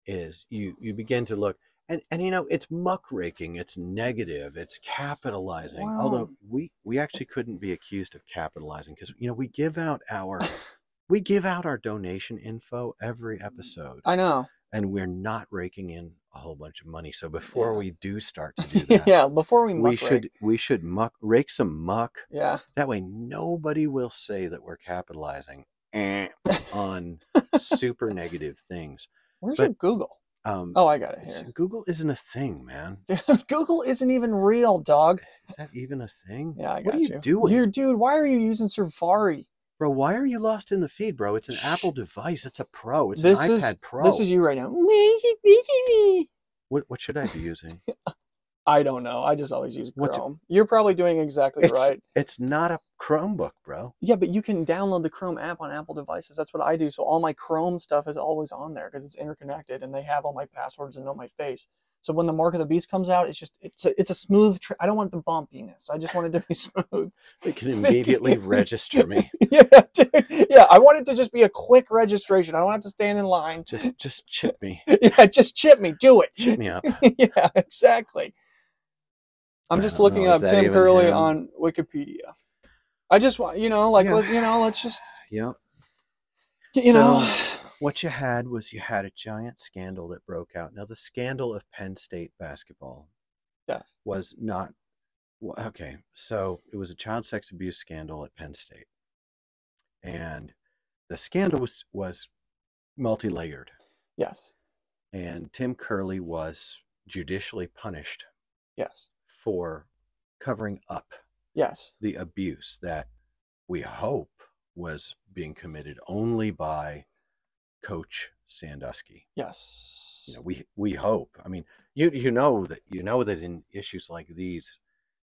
[SPEAKER 1] is you you begin to look and and you know it's muckraking. It's negative. It's capitalizing. Although
[SPEAKER 2] Wow.
[SPEAKER 1] we we actually couldn't be accused of capitalizing because you know we give out our. We give out our donation info every episode
[SPEAKER 2] Mm. I know.
[SPEAKER 1] and we're not raking in a whole bunch of money. So before
[SPEAKER 2] Yeah.
[SPEAKER 1] we do start to do that,
[SPEAKER 2] yeah. Before we.
[SPEAKER 1] we
[SPEAKER 2] muckrake.
[SPEAKER 1] should we should muck rake some muck.
[SPEAKER 2] Yeah.
[SPEAKER 1] That way, nobody will say that we're capitalizing eh, on super negative things.
[SPEAKER 2] Where's
[SPEAKER 1] but-
[SPEAKER 2] your Google?
[SPEAKER 1] Um,
[SPEAKER 2] Oh, I got it
[SPEAKER 1] it's-
[SPEAKER 2] here.
[SPEAKER 1] Google isn't a thing, man.
[SPEAKER 2] Google isn't even real, dog.
[SPEAKER 1] Is that even a thing?
[SPEAKER 2] Yeah, I got
[SPEAKER 1] what are you, doing,
[SPEAKER 2] You're, dude, why are you using Safari?
[SPEAKER 1] bro? Why are you lost in the feed, bro? It's an
[SPEAKER 2] Shh.
[SPEAKER 1] Apple device. It's a Pro. It's
[SPEAKER 2] This
[SPEAKER 1] an
[SPEAKER 2] is-
[SPEAKER 1] iPad Pro.
[SPEAKER 2] This is you right now.
[SPEAKER 1] what, what should I be using?
[SPEAKER 2] I don't know. I just always use
[SPEAKER 1] What's-
[SPEAKER 2] Chrome. You're probably doing exactly
[SPEAKER 1] it's
[SPEAKER 2] right.
[SPEAKER 1] it's not a Chromebook, bro.
[SPEAKER 2] Yeah, but you can download the Chrome app on Apple devices. That's what I do. So all my Chrome stuff is always on there because it's interconnected and they have all my passwords and know my face. So when the Mark of the Beast comes out, it's just it's a, it's a smooth. Tra- I don't want the bumpiness. I just want it to be smooth.
[SPEAKER 1] They can immediately register me.
[SPEAKER 2] yeah, dude. yeah. I want it to just be a quick registration. I don't have to stand in line.
[SPEAKER 1] Just just chip me.
[SPEAKER 2] yeah, just chip me. Do it.
[SPEAKER 1] Chip me up.
[SPEAKER 2] yeah, exactly. I'm
[SPEAKER 1] I
[SPEAKER 2] just
[SPEAKER 1] don't
[SPEAKER 2] looking
[SPEAKER 1] know, is
[SPEAKER 2] up
[SPEAKER 1] that
[SPEAKER 2] Tim
[SPEAKER 1] even
[SPEAKER 2] Curley
[SPEAKER 1] him?
[SPEAKER 2] on Wikipedia. I just want you know, like
[SPEAKER 1] Yeah.
[SPEAKER 2] let- you know, let's just
[SPEAKER 1] Yeah.
[SPEAKER 2] you know,
[SPEAKER 1] What you had was you had a giant scandal that broke out. Now the scandal of Penn State basketball
[SPEAKER 2] Yeah.
[SPEAKER 1] was not wa- okay. So it was a child sex abuse scandal at Penn State. And the scandal was was multi-layered
[SPEAKER 2] yes,
[SPEAKER 1] and Tim Curley was judicially punished
[SPEAKER 2] yes,
[SPEAKER 1] for covering up
[SPEAKER 2] yes,
[SPEAKER 1] the abuse that we hope was being committed only by coach sandusky
[SPEAKER 2] yes.
[SPEAKER 1] you know we we hope i mean you you know that you know that in issues like these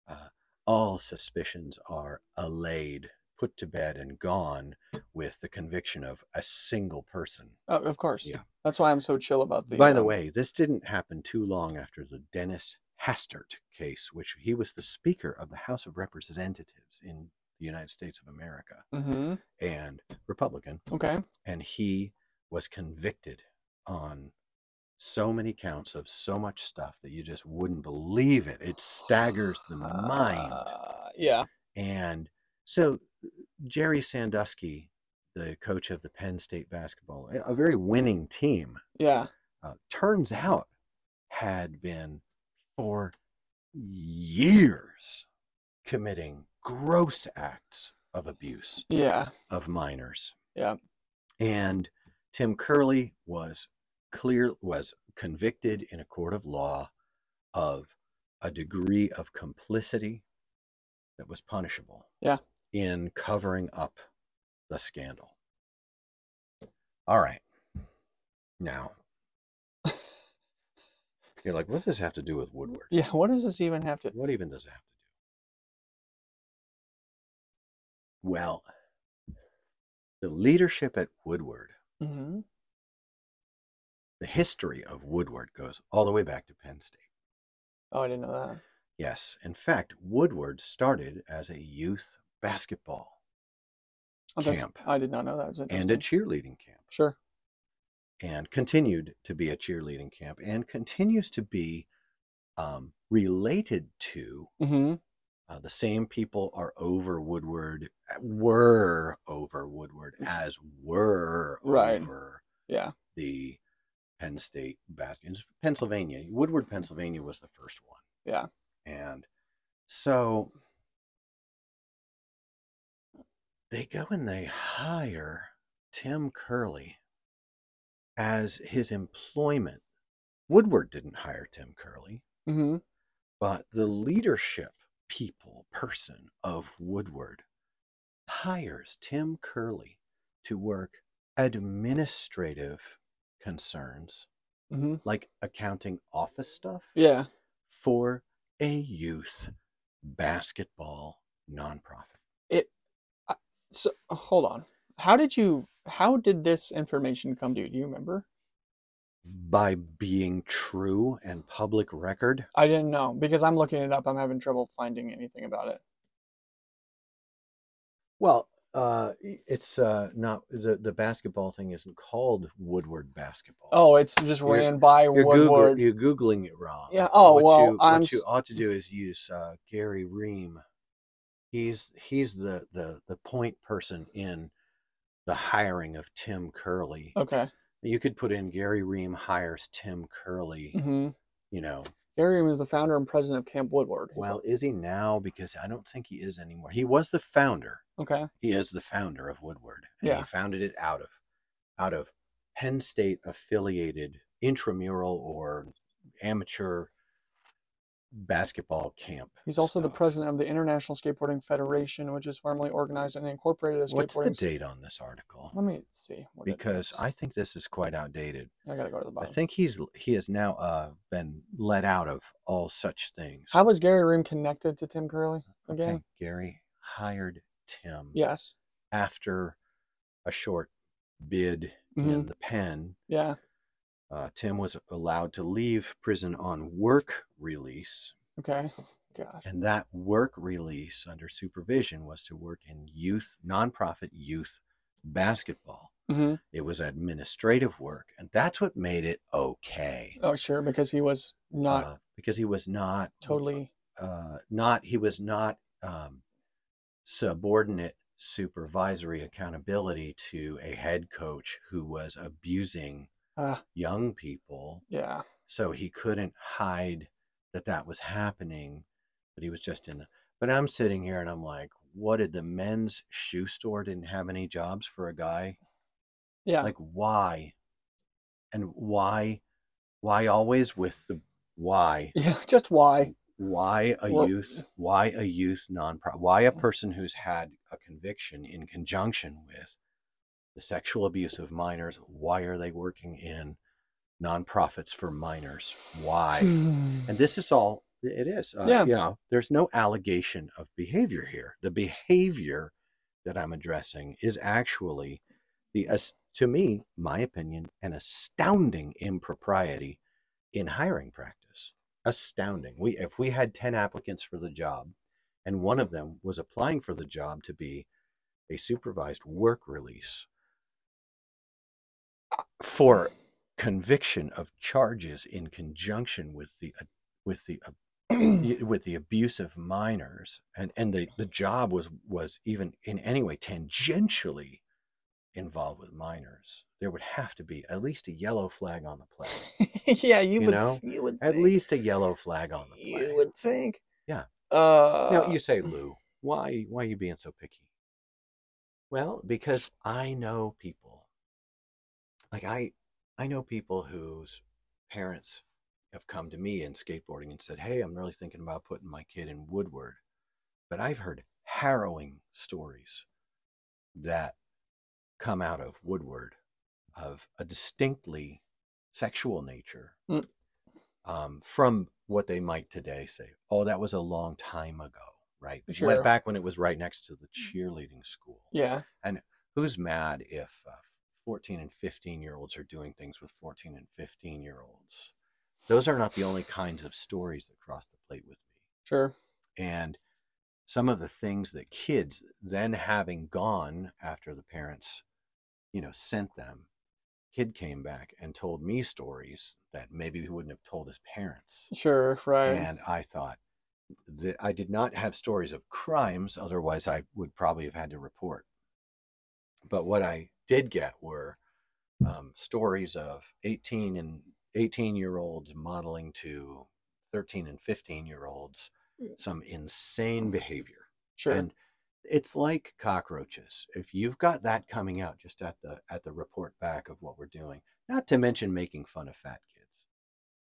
[SPEAKER 1] uh, all suspicions are allayed put to bed and gone with the conviction of a single person
[SPEAKER 2] Oh, of course.
[SPEAKER 1] Yeah.
[SPEAKER 2] That's why I'm so chill about the.
[SPEAKER 1] by the
[SPEAKER 2] um,
[SPEAKER 1] way this didn't happen too long after the dennis hastert case which he was the speaker of the house of representatives in the united states of america
[SPEAKER 2] mhm,
[SPEAKER 1] and Republican,
[SPEAKER 2] Okay.
[SPEAKER 1] and he was convicted on so many counts of so much stuff that you just wouldn't believe it. It staggers the mind.
[SPEAKER 2] Uh, yeah.
[SPEAKER 1] And so Jerry Sandusky, the coach of the Penn State basketball, a- a very winning team,
[SPEAKER 2] Yeah.
[SPEAKER 1] uh, turns out had been for years committing gross acts of abuse
[SPEAKER 2] Yeah.
[SPEAKER 1] of minors.
[SPEAKER 2] Yeah.
[SPEAKER 1] And Tim Curley was clear was convicted in a court of law of a degree of complicity that was punishable.
[SPEAKER 2] Yeah.
[SPEAKER 1] In covering up the scandal. All right. Now you're like, what does this have to do with Woodward?
[SPEAKER 2] Yeah. What does this even have to?
[SPEAKER 1] What even does it have to do? Well, the leadership at Woodward
[SPEAKER 2] hmm
[SPEAKER 1] the history of Woodward goes all the way back to Penn State.
[SPEAKER 2] Oh, I didn't know that.
[SPEAKER 1] Yes, in fact, Woodward started as a youth basketball
[SPEAKER 2] Oh, that's-
[SPEAKER 1] Camp.
[SPEAKER 2] I did not know that. It's
[SPEAKER 1] and a
[SPEAKER 2] interesting.
[SPEAKER 1] cheerleading camp
[SPEAKER 2] Sure.
[SPEAKER 1] and continued to be a cheerleading camp and continues to be um, related to
[SPEAKER 2] hmm
[SPEAKER 1] uh, the same people are over Woodward, uh, were over Woodward as were
[SPEAKER 2] Mm. Right.
[SPEAKER 1] over
[SPEAKER 2] Yeah.
[SPEAKER 1] the Penn State basket. Pennsylvania, Woodward, Pennsylvania was the first one.
[SPEAKER 2] Yeah.
[SPEAKER 1] And so they go and they hire Tim Curley as his employment. Woodward didn't hire Tim Curley,
[SPEAKER 2] Mm-hmm.
[SPEAKER 1] but the leadership people person of Woodward hires Tim Curley to work administrative concerns
[SPEAKER 2] Mm-hmm.
[SPEAKER 1] like accounting office stuff
[SPEAKER 2] Yeah.
[SPEAKER 1] for a youth basketball nonprofit.
[SPEAKER 2] So uh, hold on. How did you? How did this information come to you? Do you remember?
[SPEAKER 1] By being true and public record,
[SPEAKER 2] I didn't know because I'm looking it up. I'm having trouble finding anything about it.
[SPEAKER 1] well, uh, it's uh, not the, the basketball thing isn't called Woodward basketball.
[SPEAKER 2] Oh, it's just
[SPEAKER 1] You're-
[SPEAKER 2] ran by
[SPEAKER 1] you're, Google,
[SPEAKER 2] Woodward.
[SPEAKER 1] you're googling it wrong.
[SPEAKER 2] Yeah, oh,
[SPEAKER 1] what
[SPEAKER 2] well,
[SPEAKER 1] you,
[SPEAKER 2] I'm
[SPEAKER 1] what you
[SPEAKER 2] s-
[SPEAKER 1] ought to do is use uh, Gary Ream. He's he's the, the the point person in the hiring of Tim Curley.
[SPEAKER 2] okay.
[SPEAKER 1] You could put in Gary Ream hires Tim Curley.
[SPEAKER 2] Mm-hmm.
[SPEAKER 1] You know,
[SPEAKER 2] Gary was the founder and president of Camp Woodward. He's
[SPEAKER 1] well, is he now? Because I don't think he is anymore. He was the founder.
[SPEAKER 2] a- okay.
[SPEAKER 1] He is the founder of Woodward, and
[SPEAKER 2] Yeah.
[SPEAKER 1] he founded it out of out of Penn State affiliated intramural or amateur basketball camp.
[SPEAKER 2] He's also the
[SPEAKER 1] stuff.
[SPEAKER 2] president of the International Skateboarding Federation, which is formally organized and incorporated as
[SPEAKER 1] What's the
[SPEAKER 2] skateboarding.
[SPEAKER 1] date on this article?
[SPEAKER 2] Let me see. What it
[SPEAKER 1] Because
[SPEAKER 2] is.
[SPEAKER 1] I think this is quite outdated.
[SPEAKER 2] I gotta go to the
[SPEAKER 1] I
[SPEAKER 2] bottom.
[SPEAKER 1] think he's he has now uh, been let out of all such things.
[SPEAKER 2] How was Gary Ream connected to Tim Curley
[SPEAKER 1] I
[SPEAKER 2] again?
[SPEAKER 1] think Gary hired Tim
[SPEAKER 2] Yes.
[SPEAKER 1] after a short bid in
[SPEAKER 2] Mhm.
[SPEAKER 1] the pen.
[SPEAKER 2] Yeah.
[SPEAKER 1] Uh, Tim was allowed to leave prison on work release,
[SPEAKER 2] Okay. Gosh.
[SPEAKER 1] and that work release under supervision was to work in youth, nonprofit youth basketball.
[SPEAKER 2] hmm
[SPEAKER 1] It was administrative work, and that's what made it okay.
[SPEAKER 2] Oh, sure, because he was not
[SPEAKER 1] uh, because he was not
[SPEAKER 2] totally.
[SPEAKER 1] uh, not he was not um, subordinate supervisory accountability to a head coach who was abusing
[SPEAKER 2] Uh,
[SPEAKER 1] young people
[SPEAKER 2] yeah.
[SPEAKER 1] so he couldn't hide that that was happening but he was just in the but i'm sitting here and i'm like what did the men's shoe store didn't have any jobs for a guy
[SPEAKER 2] Yeah.
[SPEAKER 1] like why and why why always with the why
[SPEAKER 2] yeah. Just why?
[SPEAKER 1] why a
[SPEAKER 2] Well-
[SPEAKER 1] youth why a youth nonprofit why a person who's had a conviction in conjunction with the sexual abuse of minors why are they working in nonprofits for minors why and this is all it is uh,
[SPEAKER 2] Mm. Yeah.
[SPEAKER 1] you know there's no allegation of behavior here the behavior that i'm addressing is actually the as to me my opinion an astounding impropriety in hiring practice astounding we if we had 10 applicants for the job and one of them was applying for the job to be a supervised work release uh, for conviction of charges in conjunction with the uh, with the
[SPEAKER 2] yeah.
[SPEAKER 1] y- with the abuse of minors and and the the job was was even in any way tangentially involved with minors there would have to be at least a yellow flag on the play
[SPEAKER 2] You,
[SPEAKER 1] You
[SPEAKER 2] would.
[SPEAKER 1] know,
[SPEAKER 2] you would.
[SPEAKER 1] at
[SPEAKER 2] think-
[SPEAKER 1] least a yellow flag on the play
[SPEAKER 2] You would think.
[SPEAKER 1] Yeah.
[SPEAKER 2] Uh.
[SPEAKER 1] now you say lou why why are you being so picky well because i know people like i i know people whose parents have come to me in skateboarding and said hey i'm really thinking about putting my kid in woodward but i've heard harrowing stories that come out of woodward of a distinctly sexual nature
[SPEAKER 2] Mm.
[SPEAKER 1] um, from what they might today say oh that was a long time ago right It
[SPEAKER 2] Sure. Mm.
[SPEAKER 1] went back when it was right next to the cheerleading school
[SPEAKER 2] Yeah.
[SPEAKER 1] who's mad if uh, 14 and 15 year olds are doing things with 14 and 15 year olds those are not the only kinds of stories that cross the plate with me
[SPEAKER 2] Sure.
[SPEAKER 1] and some of the things that kids then having gone after the parents you know sent them kid came back and told me stories that maybe he wouldn't have told his parents
[SPEAKER 2] Sure. Right.
[SPEAKER 1] and I thought that I did not have stories of crimes, otherwise, I would probably have had to report. But what I did get were um, stories of 18 and 18 year olds modeling to 13 and 15 year olds some insane behavior.
[SPEAKER 2] Mm. sure.
[SPEAKER 1] And it's like cockroaches. If you've got that coming out just at the at the report back of what we're doing, not to mention making fun of fat kids.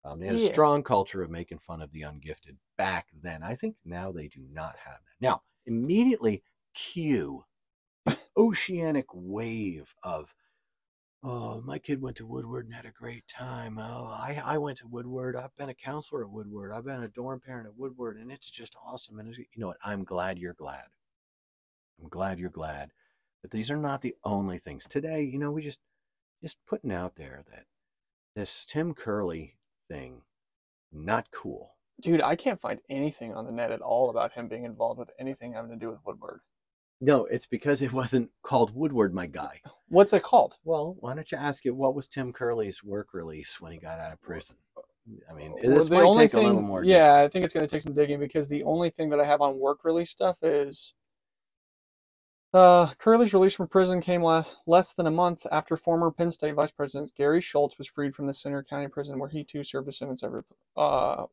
[SPEAKER 1] Um, they had a
[SPEAKER 2] Yeah.
[SPEAKER 1] strong culture of making fun of the ungifted back then. I think now they do not have that. Now, immediately cue the oceanic wave of Oh, my kid went to Woodward and had a great time. Oh, I, I went to Woodward. I've been a counselor at Woodward. I've been a dorm parent at Woodward, and it's just awesome. And it's- you know what? I'm glad you're glad. I'm glad you're glad. But these are not the only things. Today, you know, we just just putting out there that this Tim Curley thing, not cool.
[SPEAKER 2] Dude, I can't find anything on the net at all about him being involved with anything having to do with Woodward.
[SPEAKER 1] No, it's because it wasn't called Woodward, my guy.
[SPEAKER 2] What's it called?
[SPEAKER 1] Well, why don't you ask it? What was Tim Curley's work release when he got out of prison? I mean,
[SPEAKER 2] Well,
[SPEAKER 1] this might take a little
[SPEAKER 2] uh, thing-
[SPEAKER 1] more. digging.
[SPEAKER 2] Yeah, I think it's going to take some digging because the only thing that I have on work release stuff is uh, Curley's release from prison came less, less than a month after former Penn State Vice President Gary Schultz was freed from the Center County Prison, where he too served a sentence. Every, uh,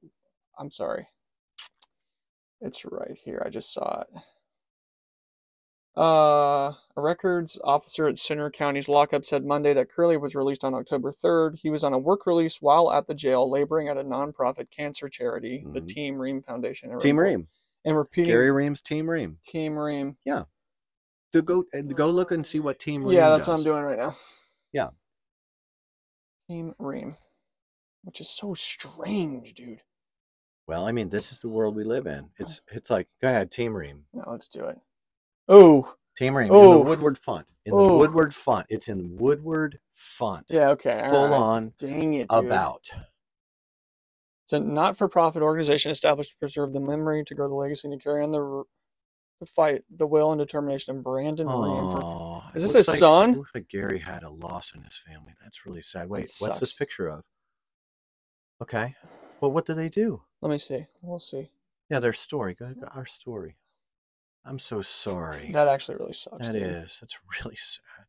[SPEAKER 2] I'm sorry, it's right here. I just saw it. Uh, a records officer at Center County's lockup said Monday that Curley was released on October 3rd. He was on a work release while at the jail, laboring at a nonprofit cancer charity, the
[SPEAKER 1] Mhm.
[SPEAKER 2] Team Ream Foundation. in
[SPEAKER 1] Team
[SPEAKER 2] Rainbow,
[SPEAKER 1] Ream.
[SPEAKER 2] And repeating
[SPEAKER 1] Gary Ream's Team Ream.
[SPEAKER 2] Team Ream.
[SPEAKER 1] So go and go look and see what Team Ream
[SPEAKER 2] yeah, that's
[SPEAKER 1] does.
[SPEAKER 2] what I'm doing right now.
[SPEAKER 1] Yeah.
[SPEAKER 2] Team Ream, which is so strange, dude.
[SPEAKER 1] Well, I mean, this is the world we live in. It's
[SPEAKER 2] Oh.
[SPEAKER 1] it's like go ahead, Team Ream.
[SPEAKER 2] No, let's do it. Oh,
[SPEAKER 1] Team Ream in
[SPEAKER 2] Oh.
[SPEAKER 1] the Woodward font. In the
[SPEAKER 2] Oh.
[SPEAKER 1] Woodward font. It's in Woodward font.
[SPEAKER 2] yeah, okay. all
[SPEAKER 1] Full
[SPEAKER 2] right.
[SPEAKER 1] on
[SPEAKER 2] Dang it, dude.
[SPEAKER 1] about.
[SPEAKER 2] It's a not for profit organization established to preserve the memory, to grow the legacy, and to carry on the, r- the fight, the will, and determination of Brandon Ream. for-
[SPEAKER 1] Oh,
[SPEAKER 2] Is this his son?
[SPEAKER 1] It looks like Gary had a loss in his family. That's really sad. Wait, what's this
[SPEAKER 2] sucks.
[SPEAKER 1] picture of? Okay. Well, what do they do?
[SPEAKER 2] Let me see. We'll see.
[SPEAKER 1] Yeah, their story. Go ahead, Our story. I'm so sorry.
[SPEAKER 2] That actually really sucks.
[SPEAKER 1] That
[SPEAKER 2] dude.
[SPEAKER 1] is. That's really sad.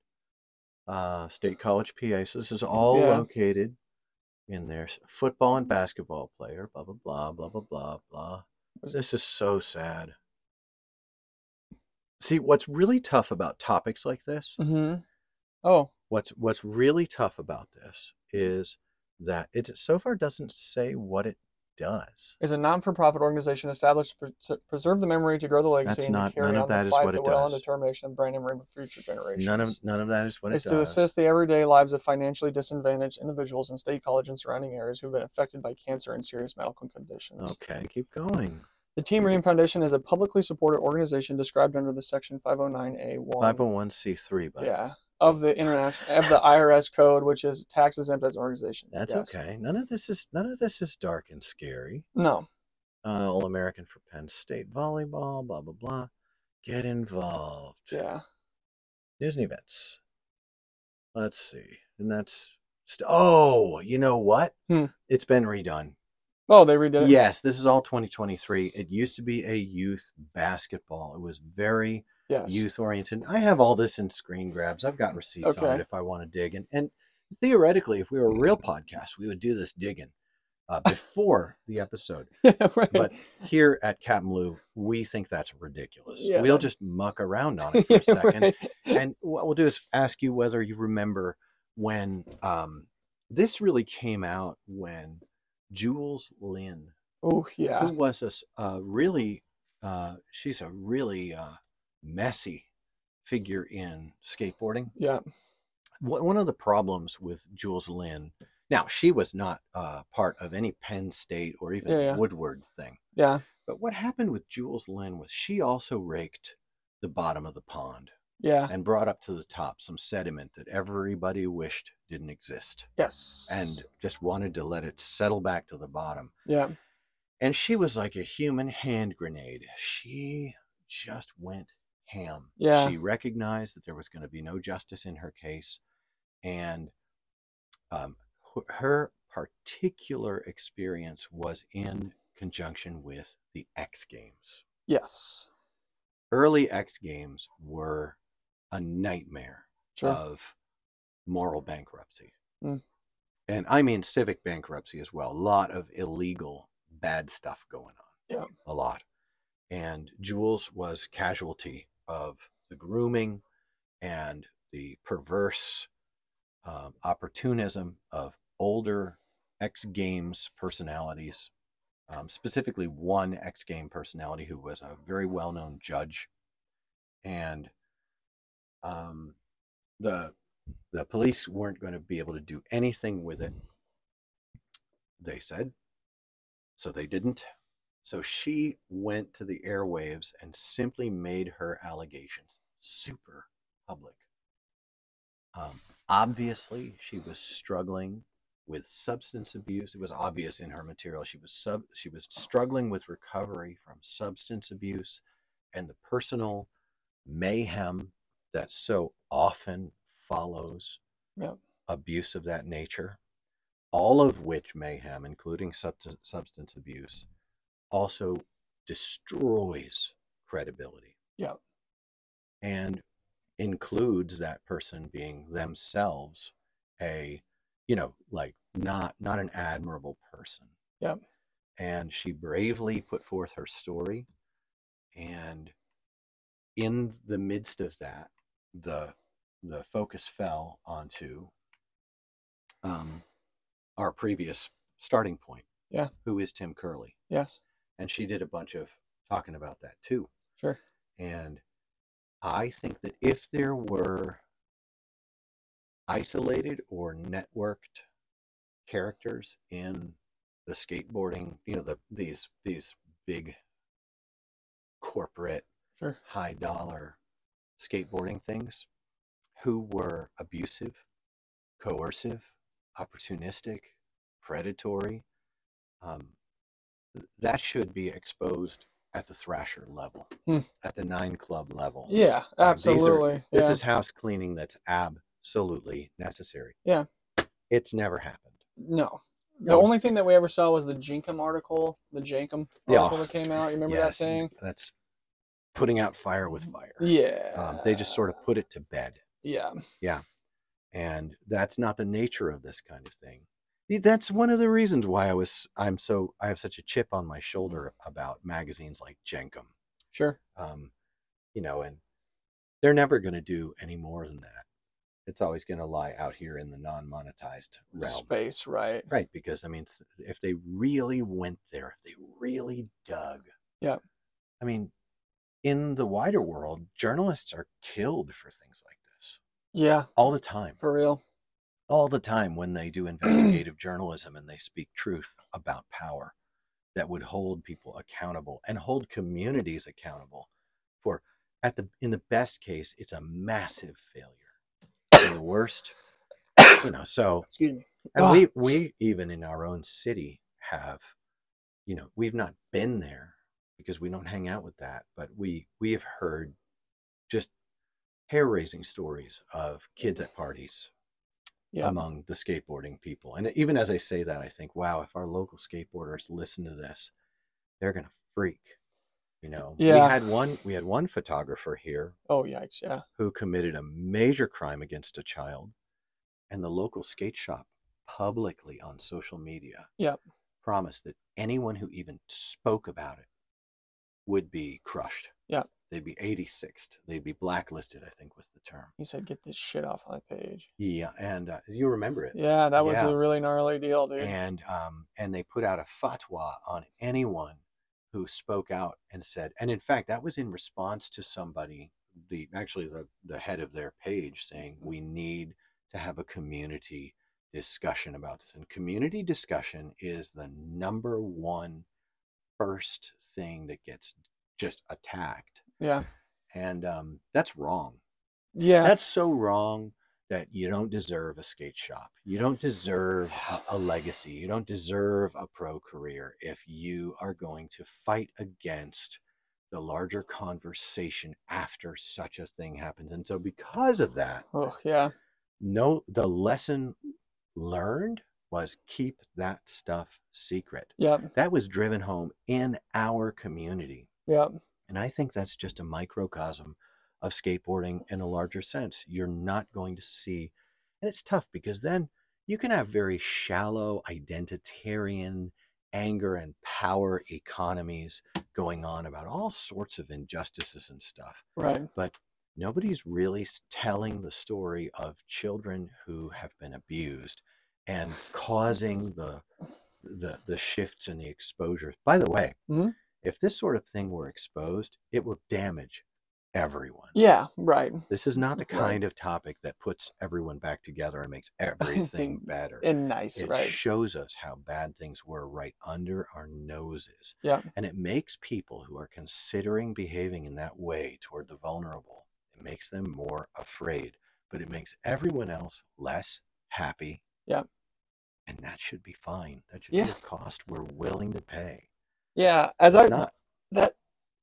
[SPEAKER 1] Uh, State College, PA. So this is all
[SPEAKER 2] Yeah.
[SPEAKER 1] located in there. S- Football and basketball player. Blah blah blah blah blah blah blah. This is so sad. See, what's really tough about topics like this?
[SPEAKER 2] hmm Oh,
[SPEAKER 1] What's what's really tough about this
[SPEAKER 2] Mm-hmm.
[SPEAKER 1] is that it so far doesn't say what it does.
[SPEAKER 2] is a non-for-profit organization established to pres- preserve the memory, to grow the legacy,
[SPEAKER 1] That's
[SPEAKER 2] and
[SPEAKER 1] not-
[SPEAKER 2] to carry
[SPEAKER 1] none of
[SPEAKER 2] on
[SPEAKER 1] that
[SPEAKER 2] the
[SPEAKER 1] is
[SPEAKER 2] fight,
[SPEAKER 1] what
[SPEAKER 2] the
[SPEAKER 1] it
[SPEAKER 2] will, and
[SPEAKER 1] does.
[SPEAKER 2] determination of Brandon Ream for future generations.
[SPEAKER 1] None of none of that is what
[SPEAKER 2] is
[SPEAKER 1] it
[SPEAKER 2] to
[SPEAKER 1] does.
[SPEAKER 2] assist the everyday lives of financially disadvantaged individuals in state college and surrounding areas who've been affected by cancer and serious medical conditions.
[SPEAKER 1] Okay, keep going.
[SPEAKER 2] The Team Ream Foundation is a publicly supported organization described under the Section 509A1
[SPEAKER 1] 501c3, but
[SPEAKER 2] yeah, of the international of the IRS code, which is tax exempt as an organization.
[SPEAKER 1] That's
[SPEAKER 2] Yes.
[SPEAKER 1] okay. None of this is none of this is dark and scary.
[SPEAKER 2] No,
[SPEAKER 1] Uh, All American for Penn State volleyball. Blah blah blah. Get involved.
[SPEAKER 2] yeah,
[SPEAKER 1] News and events. Let's see. And that's st- oh, you know what?
[SPEAKER 2] Hmm.
[SPEAKER 1] It's been redone.
[SPEAKER 2] oh, they redid it.
[SPEAKER 1] Yes, this is all 2023. It used to be a youth basketball. It was very
[SPEAKER 2] yes.
[SPEAKER 1] youth oriented. I have all this in screen grabs. I've got receipts on it
[SPEAKER 2] Okay.
[SPEAKER 1] if I want to dig. And, and theoretically, if we were a real podcast, we would do this digging uh, before the episode.
[SPEAKER 2] Right.
[SPEAKER 1] But here at Captain Lou, we think that's ridiculous.
[SPEAKER 2] Yeah.
[SPEAKER 1] We'll just muck around on it for a second.
[SPEAKER 2] Right.
[SPEAKER 1] And what we'll do is ask you whether you remember when um, this really came out when Jules Lynn
[SPEAKER 2] Oh
[SPEAKER 1] who
[SPEAKER 2] yeah,
[SPEAKER 1] was a s- a really uh, she's a really uh, messy figure in skateboarding.
[SPEAKER 2] yeah.
[SPEAKER 1] One one of the problems with Jules Lynn. Now she was not uh, part of any Penn State or even
[SPEAKER 2] Yeah, yeah.
[SPEAKER 1] Woodward thing.
[SPEAKER 2] Yeah.
[SPEAKER 1] But what happened with Jules Lynn was she also raked the bottom of the pond
[SPEAKER 2] Yeah.
[SPEAKER 1] and brought up to the top some sediment that everybody wished didn't exist
[SPEAKER 2] Yes.
[SPEAKER 1] and just wanted to let it settle back to the bottom
[SPEAKER 2] yeah.
[SPEAKER 1] and she was like a human hand grenade. She just went ham.
[SPEAKER 2] Yeah.
[SPEAKER 1] She recognized that there was going to be no justice in her case, and um, h- her particular experience was in conjunction with the X Games.
[SPEAKER 2] Yes.
[SPEAKER 1] Early X Games were a nightmare
[SPEAKER 2] Sure.
[SPEAKER 1] of moral bankruptcy.
[SPEAKER 2] Mm.
[SPEAKER 1] And I mean civic bankruptcy as well. A lot of illegal bad stuff going on.
[SPEAKER 2] Yeah.
[SPEAKER 1] A lot. And Jules was casualty of the grooming and the perverse um, opportunism of older X Games personalities, um, specifically one X Game personality who was a very well known judge. And um, the, the police weren't going to be able to do anything with it, they said. So they didn't. So she went to the airwaves and simply made her allegations super public. Um, obviously, she was struggling with substance abuse. It was obvious in her material. She was sub, she was struggling with recovery from substance abuse and the personal mayhem that so often follows
[SPEAKER 2] Yep.
[SPEAKER 1] abuse of that nature. All of which mayhem, including substance, substance abuse, also destroys credibility.
[SPEAKER 2] Yep.
[SPEAKER 1] And includes that person being themselves a, you know, like not not an admirable person.
[SPEAKER 2] Yep.
[SPEAKER 1] And she bravely put forth her story. And in the midst of that, the the focus fell onto um, our previous starting point.
[SPEAKER 2] Yeah.
[SPEAKER 1] Who is Tim Curley?
[SPEAKER 2] Yes.
[SPEAKER 1] and she did a bunch of talking about that too
[SPEAKER 2] Sure.
[SPEAKER 1] and i think that if there were isolated or networked characters in the skateboarding you know the these these big corporate
[SPEAKER 2] Sure.
[SPEAKER 1] high dollar skateboarding things who were abusive coercive opportunistic predatory um, th- that should be exposed at the thrasher level
[SPEAKER 2] Hmm.
[SPEAKER 1] at the nine club level
[SPEAKER 2] Yeah.
[SPEAKER 1] Um, these are-
[SPEAKER 2] Absolutely.
[SPEAKER 1] this
[SPEAKER 2] yeah.
[SPEAKER 1] is house cleaning that's absolutely necessary
[SPEAKER 2] Yeah.
[SPEAKER 1] it's never happened
[SPEAKER 2] no. The
[SPEAKER 1] No.
[SPEAKER 2] only thing that we ever saw was the Jinkum article, the Jankum
[SPEAKER 1] Yeah.
[SPEAKER 2] article that came out. You remember
[SPEAKER 1] Yes,
[SPEAKER 2] that thing?
[SPEAKER 1] that's putting out fire with fire
[SPEAKER 2] Yeah.
[SPEAKER 1] um, they just sort of put it to bed
[SPEAKER 2] Yeah.
[SPEAKER 1] and that's not the nature of this kind of thing Y- that's one of the reasons why i was i'm so i have such a chip on my shoulder about magazines like jenkum
[SPEAKER 2] Sure.
[SPEAKER 1] um, you know, and they're never going to do any more than that. It's always going to lie out here in the non-monetized realm,
[SPEAKER 2] Space. Right.
[SPEAKER 1] right? Because I mean, th- if they really went there, if they really dug,
[SPEAKER 2] Yeah.
[SPEAKER 1] I mean, in the wider world, journalists are killed for things like this
[SPEAKER 2] Yeah.
[SPEAKER 1] all the time,
[SPEAKER 2] For real.
[SPEAKER 1] all the time when they do investigative journalism and they speak truth about power that would hold people accountable and hold communities accountable for at the in the best case it's a massive failure in the worst you know so
[SPEAKER 2] Excuse me.
[SPEAKER 1] and
[SPEAKER 2] Ah.
[SPEAKER 1] we we even in our own city have you know we've not been there because we don't hang out with that but we we have heard just hair raising stories of kids at parties
[SPEAKER 2] Yeah.
[SPEAKER 1] among the skateboarding people. And even as I say that, I think, wow, if our local skateboarders listen to this, they're gonna freak. You know,
[SPEAKER 2] Yeah.
[SPEAKER 1] we had one we had one photographer here
[SPEAKER 2] oh yikes. Yeah.
[SPEAKER 1] who committed a major crime against a child, and the local skate shop publicly on social media
[SPEAKER 2] Yep.
[SPEAKER 1] promised that anyone who even spoke about it would be crushed.
[SPEAKER 2] Yep.
[SPEAKER 1] They'd be 86th. They'd be blacklisted, I think was the term.
[SPEAKER 2] He said, "Get this shit off my page."
[SPEAKER 1] Yeah, and uh, you remember it.
[SPEAKER 2] Yeah, that was
[SPEAKER 1] Yeah.
[SPEAKER 2] a really gnarly deal, dude.
[SPEAKER 1] and um, and they put out a fatwa on anyone who spoke out and said and in fact that was in response to somebody the actually the, the head of their page saying we need to have a community discussion about this and community discussion is the number one first thing that gets just attacked
[SPEAKER 2] yeah.
[SPEAKER 1] and um, that's wrong
[SPEAKER 2] Yeah.
[SPEAKER 1] that's so wrong that you don't deserve a skate shop. You don't deserve a, a legacy. You don't deserve a pro career if you are going to fight against the larger conversation after such a thing happens. And so because of that,
[SPEAKER 2] oh yeah.
[SPEAKER 1] no the lesson learned was keep that stuff secret.
[SPEAKER 2] Yep.
[SPEAKER 1] That was driven home in our community.
[SPEAKER 2] Yep.
[SPEAKER 1] And I think that's just a microcosm of skateboarding in a larger sense. You're not going to see, and it's tough because then you can have very shallow, identitarian, anger and power economies going on about all sorts of injustices and stuff.
[SPEAKER 2] Right.
[SPEAKER 1] Nobody's really s- telling the story of children who have been abused and causing the the the shifts and the exposure. By the way,
[SPEAKER 2] Mhm.
[SPEAKER 1] if this sort of thing were exposed, it will damage everyone.
[SPEAKER 2] Yeah. Right.
[SPEAKER 1] This is not the
[SPEAKER 2] Right.
[SPEAKER 1] kind of topic that puts everyone back together and makes everything better
[SPEAKER 2] And nice.
[SPEAKER 1] it
[SPEAKER 2] right.
[SPEAKER 1] shows us how bad things were right under our noses.
[SPEAKER 2] Yeah.
[SPEAKER 1] And it makes people who are considering behaving in that way toward the vulnerable, it makes them more afraid, but it makes everyone else less happy.
[SPEAKER 2] Yeah.
[SPEAKER 1] And that should be fine. That should
[SPEAKER 2] Yeah.
[SPEAKER 1] be a cost we're willing to pay.
[SPEAKER 2] yeah. As
[SPEAKER 1] It's
[SPEAKER 2] I
[SPEAKER 1] not.
[SPEAKER 2] that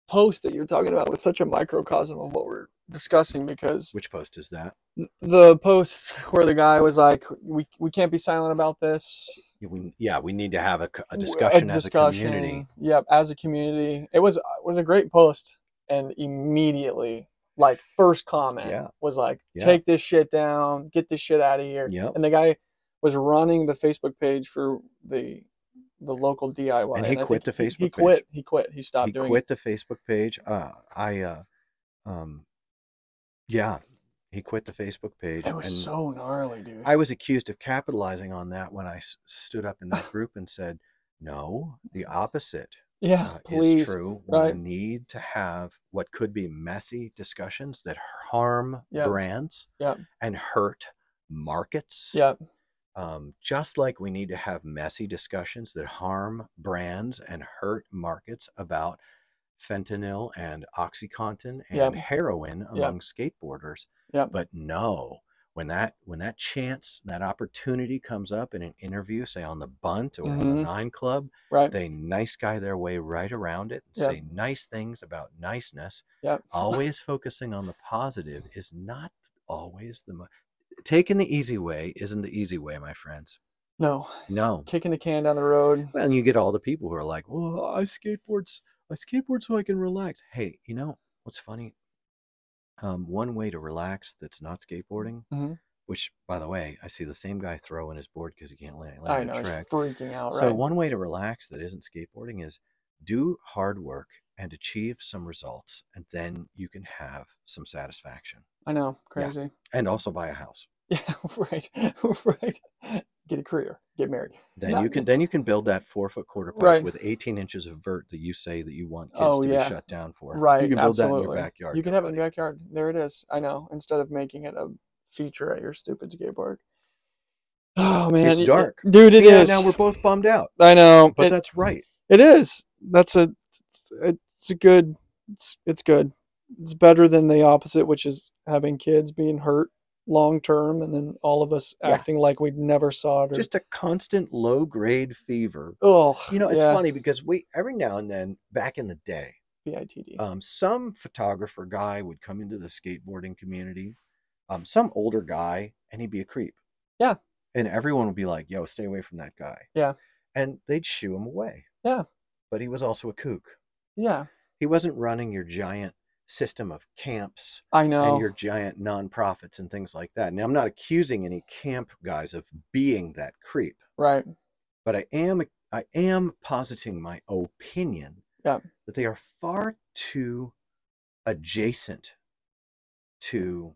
[SPEAKER 2] post that you're talking about was such a microcosm of what we're discussing because
[SPEAKER 1] Which post is that?
[SPEAKER 2] the post where the guy was like, "We we can't be silent about this."
[SPEAKER 1] Yeah, We, yeah, we need to have a, c- a
[SPEAKER 2] w-
[SPEAKER 1] discussion as a community.
[SPEAKER 2] discussion. Yep, as a community, it was it was a great post, and immediately, like first comment
[SPEAKER 1] Yeah.
[SPEAKER 2] was like,
[SPEAKER 1] Yeah.
[SPEAKER 2] "Take this shit down, get this shit out of here."
[SPEAKER 1] Yep.
[SPEAKER 2] And the guy was running the Facebook page for the the local DIY,
[SPEAKER 1] And he
[SPEAKER 2] I
[SPEAKER 1] quit
[SPEAKER 2] think
[SPEAKER 1] the
[SPEAKER 2] he- He
[SPEAKER 1] Facebook page.
[SPEAKER 2] quit. He quit. He stopped
[SPEAKER 1] he
[SPEAKER 2] doing
[SPEAKER 1] quit the Facebook page. Uh, I, uh, um, yeah, he quit the Facebook page.
[SPEAKER 2] it. It was
[SPEAKER 1] and
[SPEAKER 2] so gnarly, dude.
[SPEAKER 1] I was accused of capitalizing on that when I s- stood up in that group and said, "No, the opposite
[SPEAKER 2] yeah,
[SPEAKER 1] uh,
[SPEAKER 2] please.
[SPEAKER 1] is true.
[SPEAKER 2] right.
[SPEAKER 1] We need to have what could be messy discussions that harm
[SPEAKER 2] Yep.
[SPEAKER 1] brands
[SPEAKER 2] Yep.
[SPEAKER 1] and hurt markets."
[SPEAKER 2] Yep.
[SPEAKER 1] um, just like we need to have messy discussions that harm brands and hurt markets about fentanyl and oxycontin and
[SPEAKER 2] Yep.
[SPEAKER 1] heroin among skateboarders
[SPEAKER 2] Yep.
[SPEAKER 1] but no when that when that chance that opportunity comes up in an interview say on the bunt or on the
[SPEAKER 2] Mhm.
[SPEAKER 1] nine club
[SPEAKER 2] Right.
[SPEAKER 1] they nice guy their way right around it and
[SPEAKER 2] Yep.
[SPEAKER 1] say nice things about niceness
[SPEAKER 2] Yep.
[SPEAKER 1] always focusing on the positive is not always the mo- taking the easy way isn't the easy way my friends
[SPEAKER 2] No.
[SPEAKER 1] no.
[SPEAKER 2] Kicking the can down the road.
[SPEAKER 1] Well, and you get all the people who are like, "Well, I skateboards, I skateboard so I can relax." Hey, you know what's funny? Um, one way to relax that's not skateboarding,
[SPEAKER 2] Mhm.
[SPEAKER 1] which, by the way, I see the same guy throwing his board because he can't land,
[SPEAKER 2] I
[SPEAKER 1] land
[SPEAKER 2] know.
[SPEAKER 1] a
[SPEAKER 2] He's
[SPEAKER 1] trick.
[SPEAKER 2] freaking out.
[SPEAKER 1] So
[SPEAKER 2] right.
[SPEAKER 1] one way to relax that isn't skateboarding is do hard work and achieve some results, and then you can have some satisfaction.
[SPEAKER 2] I know.
[SPEAKER 1] Yeah.
[SPEAKER 2] Crazy.
[SPEAKER 1] And also buy a house.
[SPEAKER 2] Yeah, right, right. Get a career, get married.
[SPEAKER 1] Then
[SPEAKER 2] Not-
[SPEAKER 1] you can then you can build that four foot quarter pipe
[SPEAKER 2] Right.
[SPEAKER 1] with 18 inches of vert that you say that you want kids
[SPEAKER 2] Oh,
[SPEAKER 1] to
[SPEAKER 2] yeah.
[SPEAKER 1] be shut down for.
[SPEAKER 2] Right,
[SPEAKER 1] You can build that in your
[SPEAKER 2] absolutely.
[SPEAKER 1] backyard.
[SPEAKER 2] you
[SPEAKER 1] good
[SPEAKER 2] can have it in
[SPEAKER 1] buddy.
[SPEAKER 2] your backyard. There it is. I know. Instead of making it a feature at your stupid skateboard. Oh man,
[SPEAKER 1] It's
[SPEAKER 2] y-
[SPEAKER 1] dark.
[SPEAKER 2] dude. It
[SPEAKER 1] See, now-
[SPEAKER 2] is.
[SPEAKER 1] Now we're both bummed out,
[SPEAKER 2] I know,
[SPEAKER 1] but
[SPEAKER 2] it,
[SPEAKER 1] that's right.
[SPEAKER 2] it is. That's a. It's a good. It's it's good. It's better than the opposite, which is having kids being hurt long term, and then all of us
[SPEAKER 1] Yeah.
[SPEAKER 2] acting like we never saw it. Or,
[SPEAKER 1] Just a constant low grade fever.
[SPEAKER 2] oh,
[SPEAKER 1] You know, it's
[SPEAKER 2] yeah,
[SPEAKER 1] funny because we every now and then back in the day,
[SPEAKER 2] bitd.
[SPEAKER 1] um, some photographer guy would come into the skateboarding community, um, some older guy, and he'd be a creep.
[SPEAKER 2] Yeah.
[SPEAKER 1] And everyone would be like, yo, stay away from that guy.
[SPEAKER 2] Yeah.
[SPEAKER 1] And they'd shoo him away.
[SPEAKER 2] Yeah.
[SPEAKER 1] But he was also a kook.
[SPEAKER 2] yeah,
[SPEAKER 1] He wasn't running your giant system of camps
[SPEAKER 2] I know.
[SPEAKER 1] and your giant nonprofits and things like that. Now, I'm not accusing any camp guys of being that creep,
[SPEAKER 2] right.
[SPEAKER 1] but I am I am positing my opinion
[SPEAKER 2] Yeah.
[SPEAKER 1] that they are far too adjacent to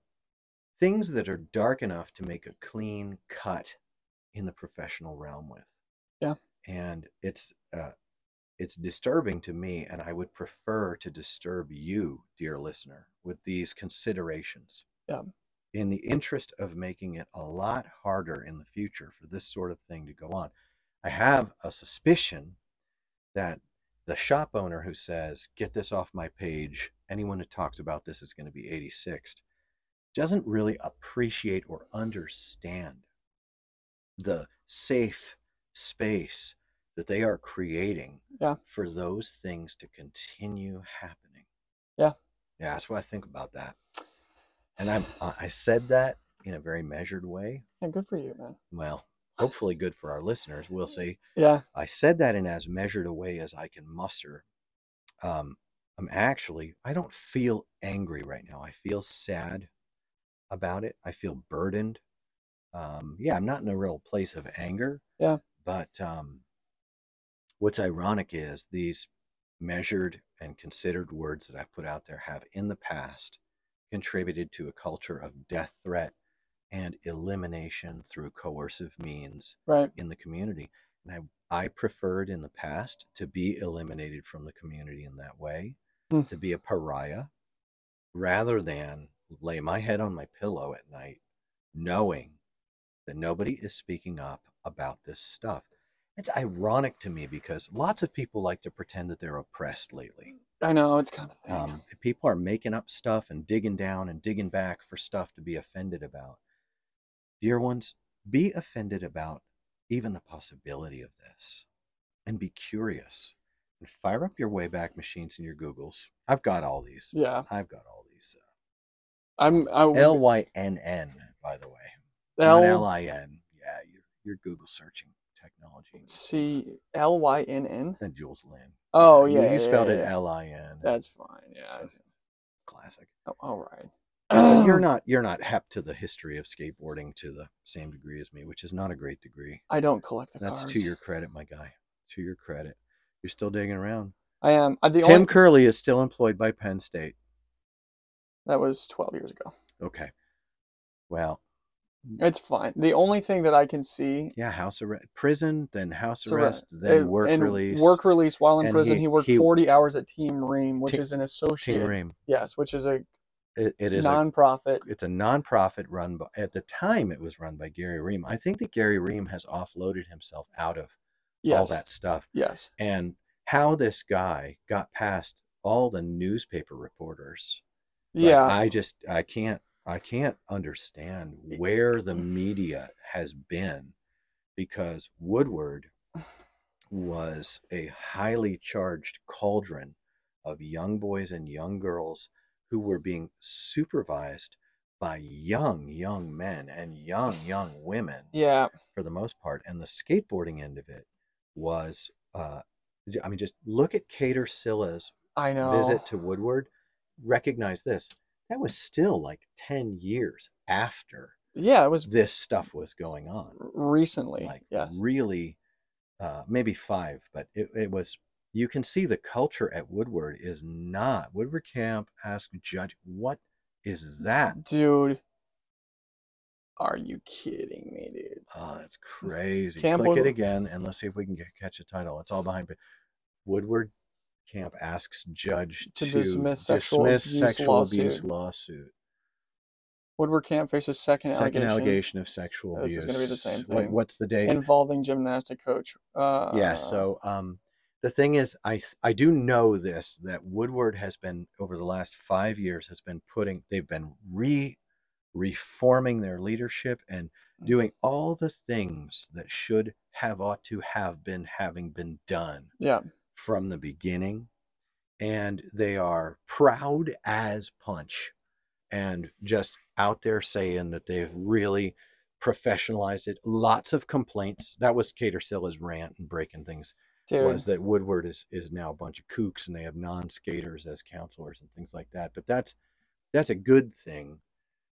[SPEAKER 1] things that are dark enough to make a clean cut in the professional realm with.
[SPEAKER 2] Yeah.
[SPEAKER 1] And it's uh, it's disturbing to me, and I would prefer to disturb you, dear listener, with these considerations.
[SPEAKER 2] Yeah.
[SPEAKER 1] In the interest of making it a lot harder in the future for this sort of thing to go on. I have a suspicion that the shop owner who says, get this off my page, anyone who talks about this is going to be 86th, doesn't really appreciate or understand the safe space that they are creating
[SPEAKER 2] Yeah.
[SPEAKER 1] for those things to continue happening.
[SPEAKER 2] Yeah.
[SPEAKER 1] Yeah, that's what I think about that. And I'm, I I said that in a very measured way.
[SPEAKER 2] Yeah, good for you, man.
[SPEAKER 1] Well, hopefully good for our listeners. We'll see.
[SPEAKER 2] Yeah,
[SPEAKER 1] I said that in as measured a way as I can muster. Um, I'm actually, I don't feel angry right now. I feel sad about it. I feel burdened. Um, yeah, I'm not in a real place of anger.
[SPEAKER 2] Yeah.
[SPEAKER 1] But um, What's ironic is these measured and considered words that I've put out there have in the past contributed to a culture of death threat and elimination through coercive means
[SPEAKER 2] Right.
[SPEAKER 1] in the community. And I, I preferred in the past to be eliminated from the community in that way,
[SPEAKER 2] Hmm.
[SPEAKER 1] to be a pariah, rather than lay my head on my pillow at night knowing that nobody is speaking up about this stuff. It's ironic to me because lots of people like to pretend that they're oppressed lately.
[SPEAKER 2] I know it's kind of thing.
[SPEAKER 1] Um, people are making up stuff and digging down and digging back for stuff to be offended about. Dear ones, be offended about even the possibility of this and be curious and fire up your Wayback machines and your Googles. I've got all these.
[SPEAKER 2] yeah.
[SPEAKER 1] I've got all these.
[SPEAKER 2] I'm. I would-
[SPEAKER 1] L Y N N, by the way. Not L
[SPEAKER 2] L
[SPEAKER 1] I N. Yeah, you're, you're Google searching technology.
[SPEAKER 2] C L Y N N.
[SPEAKER 1] And Jules Lynn.
[SPEAKER 2] Oh
[SPEAKER 1] You-
[SPEAKER 2] yeah.
[SPEAKER 1] You
[SPEAKER 2] yeah,
[SPEAKER 1] spelled
[SPEAKER 2] yeah,
[SPEAKER 1] it
[SPEAKER 2] yeah.
[SPEAKER 1] L I N.
[SPEAKER 2] That's fine. Yeah.
[SPEAKER 1] So- Classic.
[SPEAKER 2] Oh, all right.
[SPEAKER 1] But
[SPEAKER 2] Oh.
[SPEAKER 1] you're not you're not hep to the history of skateboarding to the same degree as me, which is not a great degree.
[SPEAKER 2] I don't collect the
[SPEAKER 1] That's
[SPEAKER 2] cards.
[SPEAKER 1] to your credit, my guy. To your credit. You're still digging around.
[SPEAKER 2] I am. I, the
[SPEAKER 1] Tim
[SPEAKER 2] only
[SPEAKER 1] Curley is still employed by Penn State.
[SPEAKER 2] that was twelve years ago.
[SPEAKER 1] Okay. Well,
[SPEAKER 2] It's fine. The only thing that I can see.
[SPEAKER 1] yeah, house arrest, prison, then house
[SPEAKER 2] So, uh,
[SPEAKER 1] arrest,
[SPEAKER 2] uh,
[SPEAKER 1] then work
[SPEAKER 2] and
[SPEAKER 1] release.
[SPEAKER 2] Work release while in
[SPEAKER 1] And
[SPEAKER 2] prison.
[SPEAKER 1] he-
[SPEAKER 2] He, worked
[SPEAKER 1] he-
[SPEAKER 2] forty hours at Team Ream, which
[SPEAKER 1] Team-
[SPEAKER 2] is an
[SPEAKER 1] Team
[SPEAKER 2] associate.
[SPEAKER 1] Ream.
[SPEAKER 2] Yes, which is a
[SPEAKER 1] It, it is a
[SPEAKER 2] nonprofit.
[SPEAKER 1] it's a nonprofit run by, at the time it was run by Gary Ream. I think that Gary Ream has offloaded himself out of
[SPEAKER 2] yes.
[SPEAKER 1] all that stuff.
[SPEAKER 2] Yes.
[SPEAKER 1] And how this guy got past all the newspaper reporters. like,
[SPEAKER 2] yeah.
[SPEAKER 1] I just I can't I can't understand where the media has been because Woodward was a highly charged cauldron of young boys and young girls who were being supervised by young young men and young young women
[SPEAKER 2] yeah.
[SPEAKER 1] for the most part and the skateboarding end of it was uh i mean just look at cater silla's
[SPEAKER 2] I know.
[SPEAKER 1] visit to woodward recognize this that was still like 10 years after
[SPEAKER 2] Yeah, it was
[SPEAKER 1] this stuff was going on
[SPEAKER 2] r- recently.
[SPEAKER 1] like
[SPEAKER 2] yes.
[SPEAKER 1] really uh, maybe five but it, it was you can see the culture at woodward is not woodward camp asked judge what is that
[SPEAKER 2] Dude. Are you kidding me, dude?
[SPEAKER 1] oh that's crazy
[SPEAKER 2] Camp
[SPEAKER 1] click
[SPEAKER 2] Woodward-
[SPEAKER 1] it again and let's see if we can get, catch a title it's all behind pa- woodward camp asks judge to,
[SPEAKER 2] To dismiss sexual
[SPEAKER 1] dismiss
[SPEAKER 2] abuse
[SPEAKER 1] sexual abuse
[SPEAKER 2] lawsuit.
[SPEAKER 1] lawsuit
[SPEAKER 2] Woodward Camp faces second,
[SPEAKER 1] second
[SPEAKER 2] allegation
[SPEAKER 1] allegation of sexual abuse
[SPEAKER 2] This is gonna be the same
[SPEAKER 1] What-
[SPEAKER 2] thing.
[SPEAKER 1] what's the date
[SPEAKER 2] involving gymnastic coach. Uh,
[SPEAKER 1] yeah so um the thing is i th- i do know this that woodward has been over the last five years has been putting they've been re reforming their leadership and
[SPEAKER 2] Mhm.
[SPEAKER 1] doing all the things that should have ought to have been having been done
[SPEAKER 2] yeah,
[SPEAKER 1] from the beginning and they are proud as punch and just out there saying that they've really professionalized it lots of complaints that was cater silla's rant and breaking things
[SPEAKER 2] dude.
[SPEAKER 1] was that Woodward is is now a bunch of kooks and they have non-skaters as counselors and things like that. But that's that's a good thing.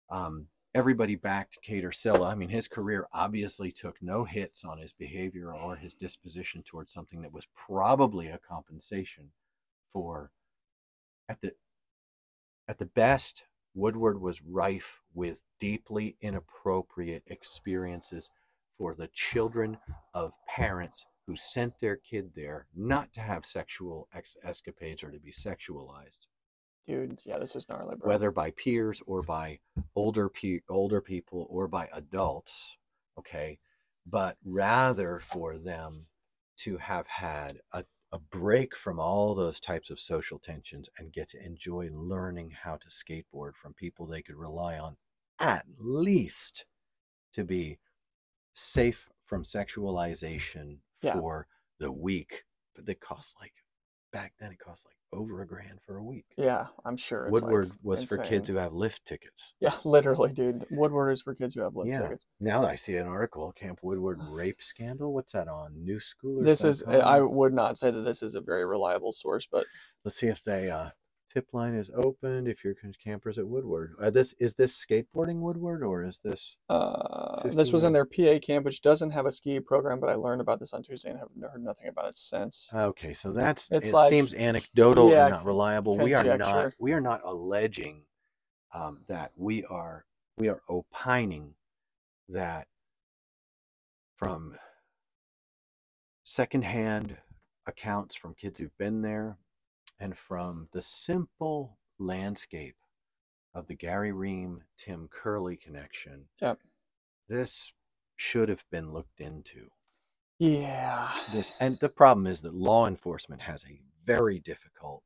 [SPEAKER 1] Um, everybody backed Cater Silla. I mean, his career obviously took no hits on his behavior or his disposition towards something that was probably a compensation for at the at the best Woodward was rife with deeply inappropriate experiences for the children of parents who sent their kid there not to have sexual ex- escapades or to be sexualized,
[SPEAKER 2] dude, yeah, this is gnarly, bro.
[SPEAKER 1] whether by peers or by older pe- older people or by adults. Okay, but rather for them to have had a a break from all those types of social tensions and get to enjoy learning how to skateboard from people they could rely on at least to be safe from sexualization
[SPEAKER 2] Yeah.
[SPEAKER 1] for the week. But they cost like back then it cost like over a grand for a week.
[SPEAKER 2] yeah, I'm sure. It's like,
[SPEAKER 1] Woodward was for kids
[SPEAKER 2] insane.
[SPEAKER 1] who have lift tickets.
[SPEAKER 2] Yeah, literally, dude. Woodward is for kids who have lift
[SPEAKER 1] Yeah.
[SPEAKER 2] tickets.
[SPEAKER 1] Now that I see an article, Camp Woodward rape scandal. What's that on? New School or
[SPEAKER 2] This is. eh,
[SPEAKER 1] something?
[SPEAKER 2] I would not say that this is a very reliable source, but
[SPEAKER 1] Let's see if they uh, Tip line is opened if your c- campers at Woodward. Uh, this is this skateboarding Woodward or is this?
[SPEAKER 2] Uh, this was in their PA camp, which doesn't have a ski program, but I learned about this on Tuesday and have n- heard nothing about it since.
[SPEAKER 1] Okay, so that's
[SPEAKER 2] It's
[SPEAKER 1] it
[SPEAKER 2] like-
[SPEAKER 1] seems anecdotal
[SPEAKER 2] yeah,
[SPEAKER 1] and not reliable. We are not
[SPEAKER 2] conjecture.
[SPEAKER 1] we are not alleging um, that we are we are opining that from secondhand accounts from kids who've been there and from the simple landscape of the Gary Ream Tim Curley connection.
[SPEAKER 2] Yep.
[SPEAKER 1] This should have been looked into
[SPEAKER 2] Yeah.
[SPEAKER 1] this and the problem is that law enforcement has a very difficult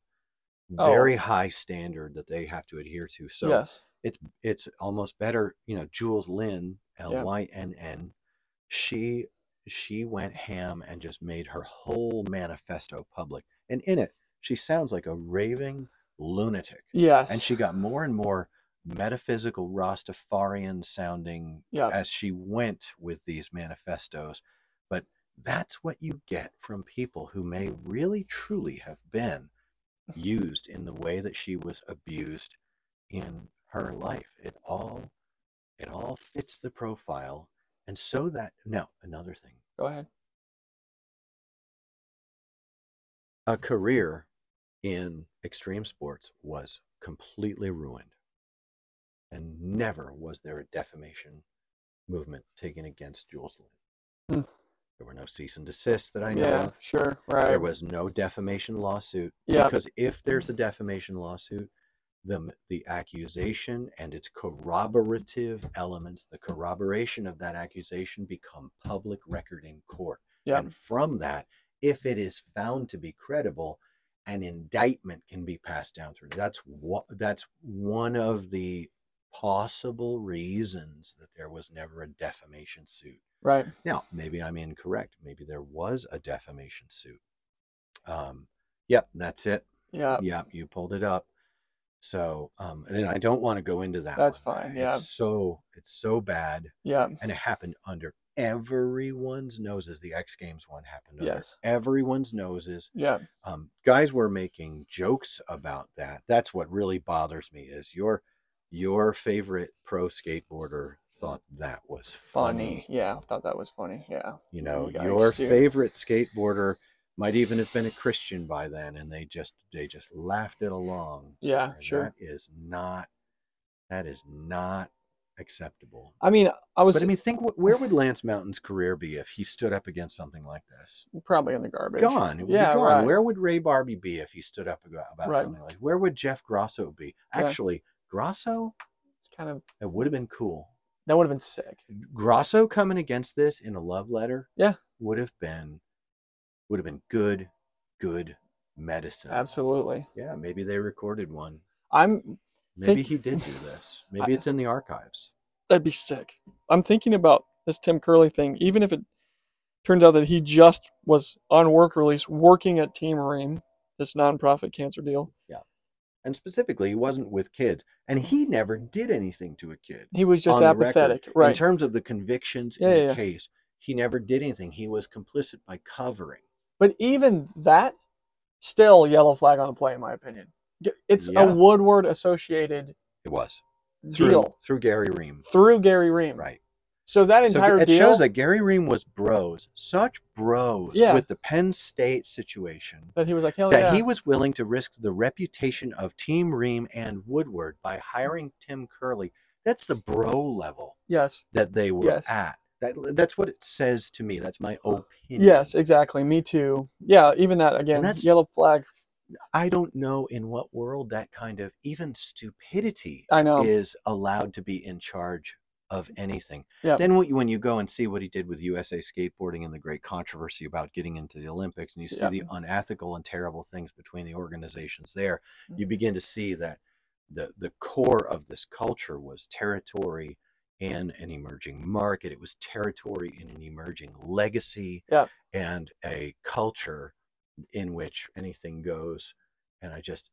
[SPEAKER 1] very
[SPEAKER 2] Oh.
[SPEAKER 1] high standard that they have to adhere to so
[SPEAKER 2] yes.
[SPEAKER 1] it's it's almost better you know jules lynn l-y-n-n she she went ham and just made her whole manifesto public and in it she sounds like a raving lunatic
[SPEAKER 2] Yes.
[SPEAKER 1] and she got more and more metaphysical Rastafarian sounding
[SPEAKER 2] Yep.
[SPEAKER 1] as she went with these manifestos. But that's what you get from people who may really truly have been used in the way that she was abused in her life. It all it all fits the profile. And so that now another thing.
[SPEAKER 2] Go ahead.
[SPEAKER 1] a career in extreme sports was completely ruined. And never was there a defamation movement taken against Jules Lynn.
[SPEAKER 2] Hmm.
[SPEAKER 1] There were no cease and desist that I know
[SPEAKER 2] Yeah.
[SPEAKER 1] of.
[SPEAKER 2] Sure. Right.
[SPEAKER 1] There was no defamation lawsuit.
[SPEAKER 2] yeah.
[SPEAKER 1] Because if there's a defamation lawsuit, the, m- the accusation and its corroborative elements, the corroboration of that accusation become public record in court.
[SPEAKER 2] Yeah.
[SPEAKER 1] And from that, if it is found to be credible, an indictment can be passed down through. That's what that's one of the possible reasons that there was never a defamation suit.
[SPEAKER 2] Right.
[SPEAKER 1] Now, maybe I'm incorrect. Maybe there was a defamation suit. Um, yep, that's it.
[SPEAKER 2] Yeah.
[SPEAKER 1] Yep, you pulled it up. So, um, and I don't want to go into that.
[SPEAKER 2] That's
[SPEAKER 1] one.
[SPEAKER 2] fine, yeah.
[SPEAKER 1] It's so it's so bad
[SPEAKER 2] Yeah.
[SPEAKER 1] and it happened under everyone's noses. The X Games one happened under
[SPEAKER 2] Yes.
[SPEAKER 1] everyone's noses.
[SPEAKER 2] Yeah.
[SPEAKER 1] Um, guys were making jokes about that. That's what really bothers me is your your favorite pro skateboarder thought that was funny.
[SPEAKER 2] Funny. Yeah. I thought that was funny. Yeah.
[SPEAKER 1] You know,
[SPEAKER 2] Yikes,
[SPEAKER 1] your
[SPEAKER 2] dude.
[SPEAKER 1] favorite skateboarder might even have been a Christian by then, and they just they just laughed it along.
[SPEAKER 2] Yeah.
[SPEAKER 1] And
[SPEAKER 2] Sure.
[SPEAKER 1] That is not that is not acceptable.
[SPEAKER 2] I mean, I was
[SPEAKER 1] But I mean, think wh- where would Lance Mountain's career be if he stood up against something like this?
[SPEAKER 2] probably in the garbage.
[SPEAKER 1] Gone. It would be
[SPEAKER 2] Yeah,
[SPEAKER 1] gone.
[SPEAKER 2] right.
[SPEAKER 1] Where would Ray Barbie be if he stood up ag- about
[SPEAKER 2] Right.
[SPEAKER 1] something like? Where would Jeff Grosso be?
[SPEAKER 2] Yeah.
[SPEAKER 1] Actually, Grosso,
[SPEAKER 2] It's kind of
[SPEAKER 1] it would have been cool.
[SPEAKER 2] that would have been sick.
[SPEAKER 1] Grosso coming against this in a love letter,
[SPEAKER 2] Yeah.
[SPEAKER 1] would have been, would have been good, good medicine.
[SPEAKER 2] Absolutely.
[SPEAKER 1] Yeah, maybe they recorded one.
[SPEAKER 2] I'm
[SPEAKER 1] Maybe
[SPEAKER 2] Think-
[SPEAKER 1] he did do this. Maybe it's in the archives.
[SPEAKER 2] that'd be sick. I'm thinking about this Tim Curley thing, even if it turns out that he just was on work release working at Team Ream, this nonprofit cancer deal.
[SPEAKER 1] And specifically, he wasn't with kids, and he never did anything to a kid.
[SPEAKER 2] He was just
[SPEAKER 1] on the record.
[SPEAKER 2] apathetic.
[SPEAKER 1] In
[SPEAKER 2] Right.
[SPEAKER 1] terms of the convictions
[SPEAKER 2] Yeah,
[SPEAKER 1] in
[SPEAKER 2] yeah,
[SPEAKER 1] the
[SPEAKER 2] yeah.
[SPEAKER 1] case, he never did anything. He was complicit by covering.
[SPEAKER 2] but even that, still yellow flag on the play, in my opinion. G- It's
[SPEAKER 1] Yeah.
[SPEAKER 2] a Woodward associated
[SPEAKER 1] It was through
[SPEAKER 2] deal
[SPEAKER 1] through Gary Ream,
[SPEAKER 2] through Gary Ream.
[SPEAKER 1] right?
[SPEAKER 2] So that
[SPEAKER 1] So
[SPEAKER 2] entire
[SPEAKER 1] it
[SPEAKER 2] deal
[SPEAKER 1] shows that Gary Ream was bros, such bros
[SPEAKER 2] Yeah.
[SPEAKER 1] with the Penn State situation
[SPEAKER 2] that he was like, hell
[SPEAKER 1] that
[SPEAKER 2] yeah.
[SPEAKER 1] he was willing to risk the reputation of Team Ream and Woodward by hiring Tim Curley. That's the bro level
[SPEAKER 2] yes.
[SPEAKER 1] that they were
[SPEAKER 2] Yes.
[SPEAKER 1] at. That, that's what it says to me. That's my opinion.
[SPEAKER 2] Yes, exactly. Me too. Yeah, even that again.
[SPEAKER 1] that's-
[SPEAKER 2] yellow flag.
[SPEAKER 1] I don't know in what world that kind of even stupidity
[SPEAKER 2] I know.
[SPEAKER 1] is allowed to be in charge of anything.
[SPEAKER 2] Yep.
[SPEAKER 1] Then when you, when you go and see what he did with USA skateboarding and the great controversy about getting into the Olympics, and you see
[SPEAKER 2] Yep.
[SPEAKER 1] the unethical and terrible things between the organizations there, you
[SPEAKER 2] Mm-hmm.
[SPEAKER 1] begin to see that the the core of this culture was territory in an emerging market. It was territory in an emerging legacy
[SPEAKER 2] Yep.
[SPEAKER 1] and a culture in which anything goes. And I just,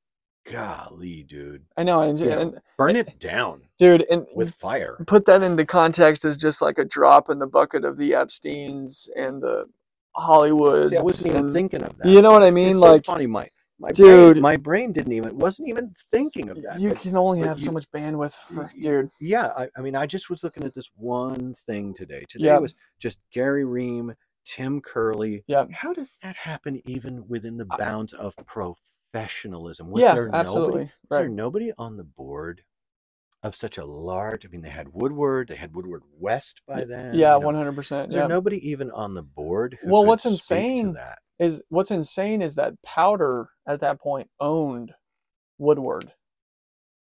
[SPEAKER 1] golly, dude,
[SPEAKER 2] I know, and,
[SPEAKER 1] you know,
[SPEAKER 2] and-
[SPEAKER 1] burn it down
[SPEAKER 2] dude, and
[SPEAKER 1] with fire.
[SPEAKER 2] put that into context as just like a drop in the bucket of the Epstein's and the Hollywood.
[SPEAKER 1] See, I wasn't even thinking of that.
[SPEAKER 2] You know what I mean?
[SPEAKER 1] It's so
[SPEAKER 2] like
[SPEAKER 1] funny, Mike. My
[SPEAKER 2] Dude.
[SPEAKER 1] brain, my brain didn't even wasn't even thinking of that.
[SPEAKER 2] You
[SPEAKER 1] but
[SPEAKER 2] can only
[SPEAKER 1] but
[SPEAKER 2] have
[SPEAKER 1] you-
[SPEAKER 2] so much bandwidth, for,
[SPEAKER 1] you-
[SPEAKER 2] dude.
[SPEAKER 1] yeah, I, I mean, I just was looking at this one thing today. Today
[SPEAKER 2] Yep.
[SPEAKER 1] was just Gary Ream, Tim Curley.
[SPEAKER 2] Yep.
[SPEAKER 1] How does that happen even within the
[SPEAKER 2] I-
[SPEAKER 1] bounds of professionalism? Was
[SPEAKER 2] yeah,
[SPEAKER 1] there
[SPEAKER 2] absolutely.
[SPEAKER 1] nobody? Was there
[SPEAKER 2] Right.
[SPEAKER 1] nobody on the board of such a large? I mean, they had Woodward, they had Woodward West by then.
[SPEAKER 2] Yeah,
[SPEAKER 1] you know,
[SPEAKER 2] one hundred percent.
[SPEAKER 1] Is there
[SPEAKER 2] Yeah.
[SPEAKER 1] nobody even on the board? Who
[SPEAKER 2] Well,
[SPEAKER 1] could
[SPEAKER 2] what's
[SPEAKER 1] speak
[SPEAKER 2] insane-
[SPEAKER 1] to that?
[SPEAKER 2] Is what's insane is that Powder at that point owned Woodward,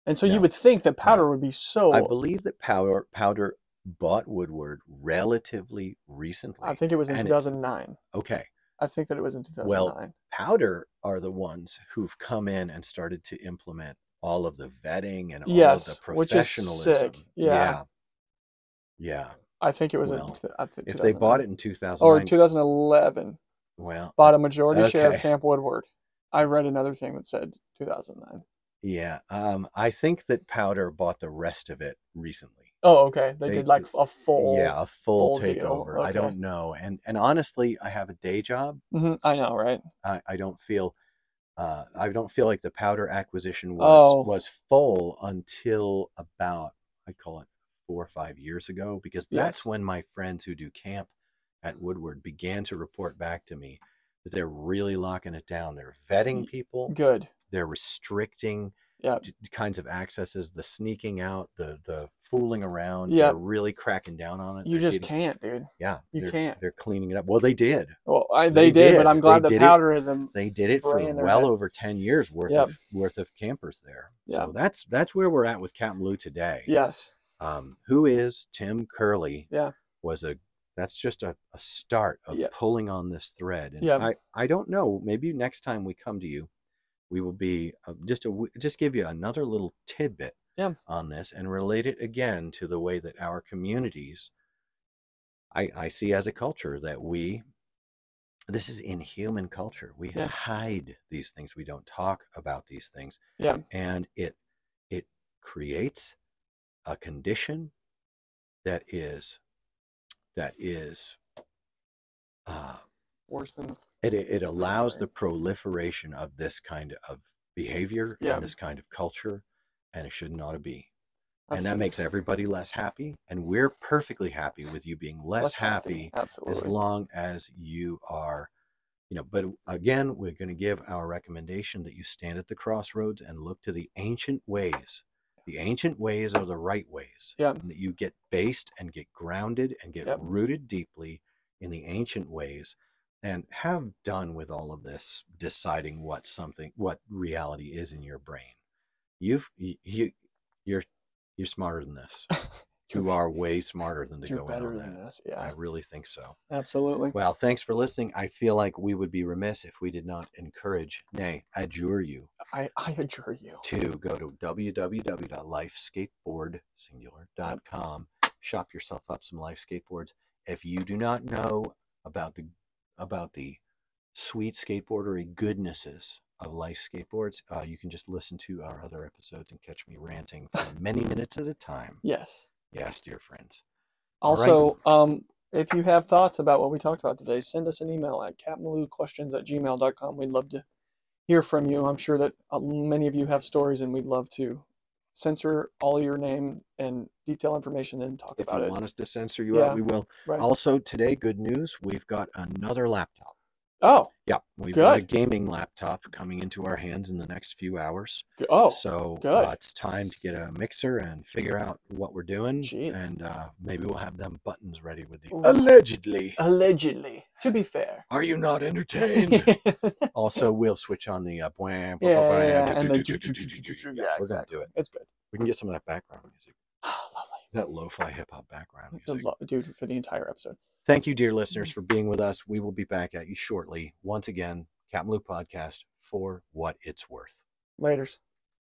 [SPEAKER 2] and so
[SPEAKER 1] Yeah.
[SPEAKER 2] you would think that Powder would be so.
[SPEAKER 1] I believe that Powder Powder bought Woodward relatively recently.
[SPEAKER 2] I think it was in
[SPEAKER 1] and it-
[SPEAKER 2] two thousand nine.
[SPEAKER 1] okay,
[SPEAKER 2] I think that it was in two thousand
[SPEAKER 1] Well,
[SPEAKER 2] nine.
[SPEAKER 1] Powder are the ones who've come in and started to implement all of the vetting and all of
[SPEAKER 2] Yes,
[SPEAKER 1] the
[SPEAKER 2] which is
[SPEAKER 1] professionalism.
[SPEAKER 2] sick.
[SPEAKER 1] yeah.
[SPEAKER 2] Yeah.
[SPEAKER 1] Yeah.
[SPEAKER 2] I think it was in.
[SPEAKER 1] well,
[SPEAKER 2] t- I think
[SPEAKER 1] If they bought
[SPEAKER 2] 2009.
[SPEAKER 1] it in 2009,
[SPEAKER 2] or two thousand eleven.
[SPEAKER 1] well,
[SPEAKER 2] Bought a majority share of
[SPEAKER 1] Okay.
[SPEAKER 2] Camp Woodward. I read another thing that said two thousand nine.
[SPEAKER 1] yeah. Um, I think that Powder bought the rest of it recently.
[SPEAKER 2] Oh, okay. They,
[SPEAKER 1] They-
[SPEAKER 2] did like a full.
[SPEAKER 1] yeah, a full,
[SPEAKER 2] full deal,
[SPEAKER 1] takeover. I
[SPEAKER 2] okay.
[SPEAKER 1] don't know, and and honestly, I have a day job.
[SPEAKER 2] Mhm, I know, right?
[SPEAKER 1] I, I don't feel uh, I don't feel like the powder acquisition was
[SPEAKER 2] Oh.
[SPEAKER 1] was full until about I'd call it four or five years ago because that's
[SPEAKER 2] Yes.
[SPEAKER 1] when my friends who do camp at Woodward began to report back to me that they're really locking it down. They're vetting
[SPEAKER 2] Y-
[SPEAKER 1] people.
[SPEAKER 2] Good.
[SPEAKER 1] They're restricting
[SPEAKER 2] Mm, Yep.
[SPEAKER 1] d- kinds of accesses, the sneaking out, the the fooling around.
[SPEAKER 2] Yep.
[SPEAKER 1] They're really cracking down on it.
[SPEAKER 2] You
[SPEAKER 1] They're
[SPEAKER 2] just
[SPEAKER 1] getting-
[SPEAKER 2] can't, dude.
[SPEAKER 1] Yeah,
[SPEAKER 2] you
[SPEAKER 1] they're-
[SPEAKER 2] can't.
[SPEAKER 1] They're cleaning it up. Well, they did.
[SPEAKER 2] Well, I,
[SPEAKER 1] They
[SPEAKER 2] they, did,
[SPEAKER 1] did.
[SPEAKER 2] but I'm
[SPEAKER 1] They
[SPEAKER 2] glad the
[SPEAKER 1] did it.
[SPEAKER 2] powder is a
[SPEAKER 1] they did it for
[SPEAKER 2] brain Um, in their
[SPEAKER 1] well
[SPEAKER 2] head.
[SPEAKER 1] over 10 years worth
[SPEAKER 2] Yep.
[SPEAKER 1] of worth of campers there so
[SPEAKER 2] Yep.
[SPEAKER 1] that's that's where we're at with captain lou today
[SPEAKER 2] yes.
[SPEAKER 1] um who is tim curley
[SPEAKER 2] Yeah.
[SPEAKER 1] was a that's just a, a start of
[SPEAKER 2] Yep.
[SPEAKER 1] pulling on this thread and
[SPEAKER 2] Yep.
[SPEAKER 1] i i don't know maybe next time we come to you we will be uh, just a w- just give you another little tidbit
[SPEAKER 2] Yeah.
[SPEAKER 1] on this and relate it again to the way that our communities i i see as a culture that we this is in human culture we
[SPEAKER 2] Yeah.
[SPEAKER 1] hide these things we don't talk about these things
[SPEAKER 2] Yeah.
[SPEAKER 1] and it it creates a condition that is that is uh
[SPEAKER 2] Worse than
[SPEAKER 1] it it allows
[SPEAKER 2] Right.
[SPEAKER 1] the proliferation of this kind of behavior
[SPEAKER 2] Yeah.
[SPEAKER 1] and this kind of culture and it shouldn't ought to be and
[SPEAKER 2] that's
[SPEAKER 1] that makes everybody less happy and we're perfectly happy with you being less,
[SPEAKER 2] less
[SPEAKER 1] happy,
[SPEAKER 2] Absolutely.
[SPEAKER 1] as long as you are you know but again we're going to give our recommendation that you stand at the crossroads and look to the ancient ways the ancient ways are the right ways
[SPEAKER 2] Yeah.
[SPEAKER 1] and that you get based and get grounded and get
[SPEAKER 2] Yep.
[SPEAKER 1] rooted deeply in the ancient ways and have done with all of this deciding what something what reality is in your brain you've y- you you're you're smarter than this you are way smarter than to
[SPEAKER 2] You're
[SPEAKER 1] go in
[SPEAKER 2] better
[SPEAKER 1] on
[SPEAKER 2] than
[SPEAKER 1] that
[SPEAKER 2] this.
[SPEAKER 1] i
[SPEAKER 2] Yeah.
[SPEAKER 1] really think so
[SPEAKER 2] Absolutely.
[SPEAKER 1] well, thanks for listening. I feel like we would be remiss if we did not encourage, nay, adjure you
[SPEAKER 2] I, I adjure you.
[SPEAKER 1] to go to www.lifeskateboardsingular.com, shop yourself up some life skateboards. If you do not know about the about the sweet skateboardery goodnesses of life skateboards, uh, you can just listen to our other episodes and catch me ranting for many minutes at a time.
[SPEAKER 2] Yes.
[SPEAKER 1] Yes, dear friends. All right.
[SPEAKER 2] Also, um, if you have thoughts about what we talked about today, send us an email at capmalooquestions at gmail.com. We'd love to hear from you. I'm sure that uh, many of you have stories, and we'd love to censor all your name and detail information and talk
[SPEAKER 1] If
[SPEAKER 2] about
[SPEAKER 1] you
[SPEAKER 2] it.
[SPEAKER 1] want us to censor you
[SPEAKER 2] Yeah.
[SPEAKER 1] out, we will.
[SPEAKER 2] Right.
[SPEAKER 1] Also, today, good news, we've got another laptop.
[SPEAKER 2] oh,
[SPEAKER 1] Yep, we've got a
[SPEAKER 2] Good.
[SPEAKER 1] gaming laptop coming into our hands in the next few hours.
[SPEAKER 2] g- oh,
[SPEAKER 1] so
[SPEAKER 2] good.
[SPEAKER 1] Uh, it's time to get a mixer and figure out what we're doing.
[SPEAKER 2] Jeez.
[SPEAKER 1] And uh, maybe we'll have them buttons ready with the
[SPEAKER 2] Ooh. Uh.
[SPEAKER 1] allegedly.
[SPEAKER 2] allegedly. To be fair.
[SPEAKER 1] Are you not
[SPEAKER 2] yeah,
[SPEAKER 1] entertained? also, we'll switch on the uh, bwah, bwah,
[SPEAKER 2] yeah,
[SPEAKER 1] bwah, bwah,
[SPEAKER 2] yeah,
[SPEAKER 1] do-
[SPEAKER 2] and
[SPEAKER 1] do-
[SPEAKER 2] the
[SPEAKER 1] do-
[SPEAKER 2] ju-
[SPEAKER 1] do-
[SPEAKER 2] ju- ju-
[SPEAKER 1] do-
[SPEAKER 2] ju-
[SPEAKER 1] do-
[SPEAKER 2] ju-
[SPEAKER 1] do. we're
[SPEAKER 2] yeah,
[SPEAKER 1] gonna
[SPEAKER 2] exactly.
[SPEAKER 1] do it.
[SPEAKER 2] It's good.
[SPEAKER 1] We can get some of that background music,
[SPEAKER 2] Lovely.
[SPEAKER 1] that lo-fi hip-hop background
[SPEAKER 2] Good
[SPEAKER 1] music.
[SPEAKER 2] lo- Dude, for the entire episode.
[SPEAKER 1] Thank you, dear listeners, for being with us. We will be back at you shortly. Once again, Captain Lou Podcast for what it's worth.
[SPEAKER 2] Laters.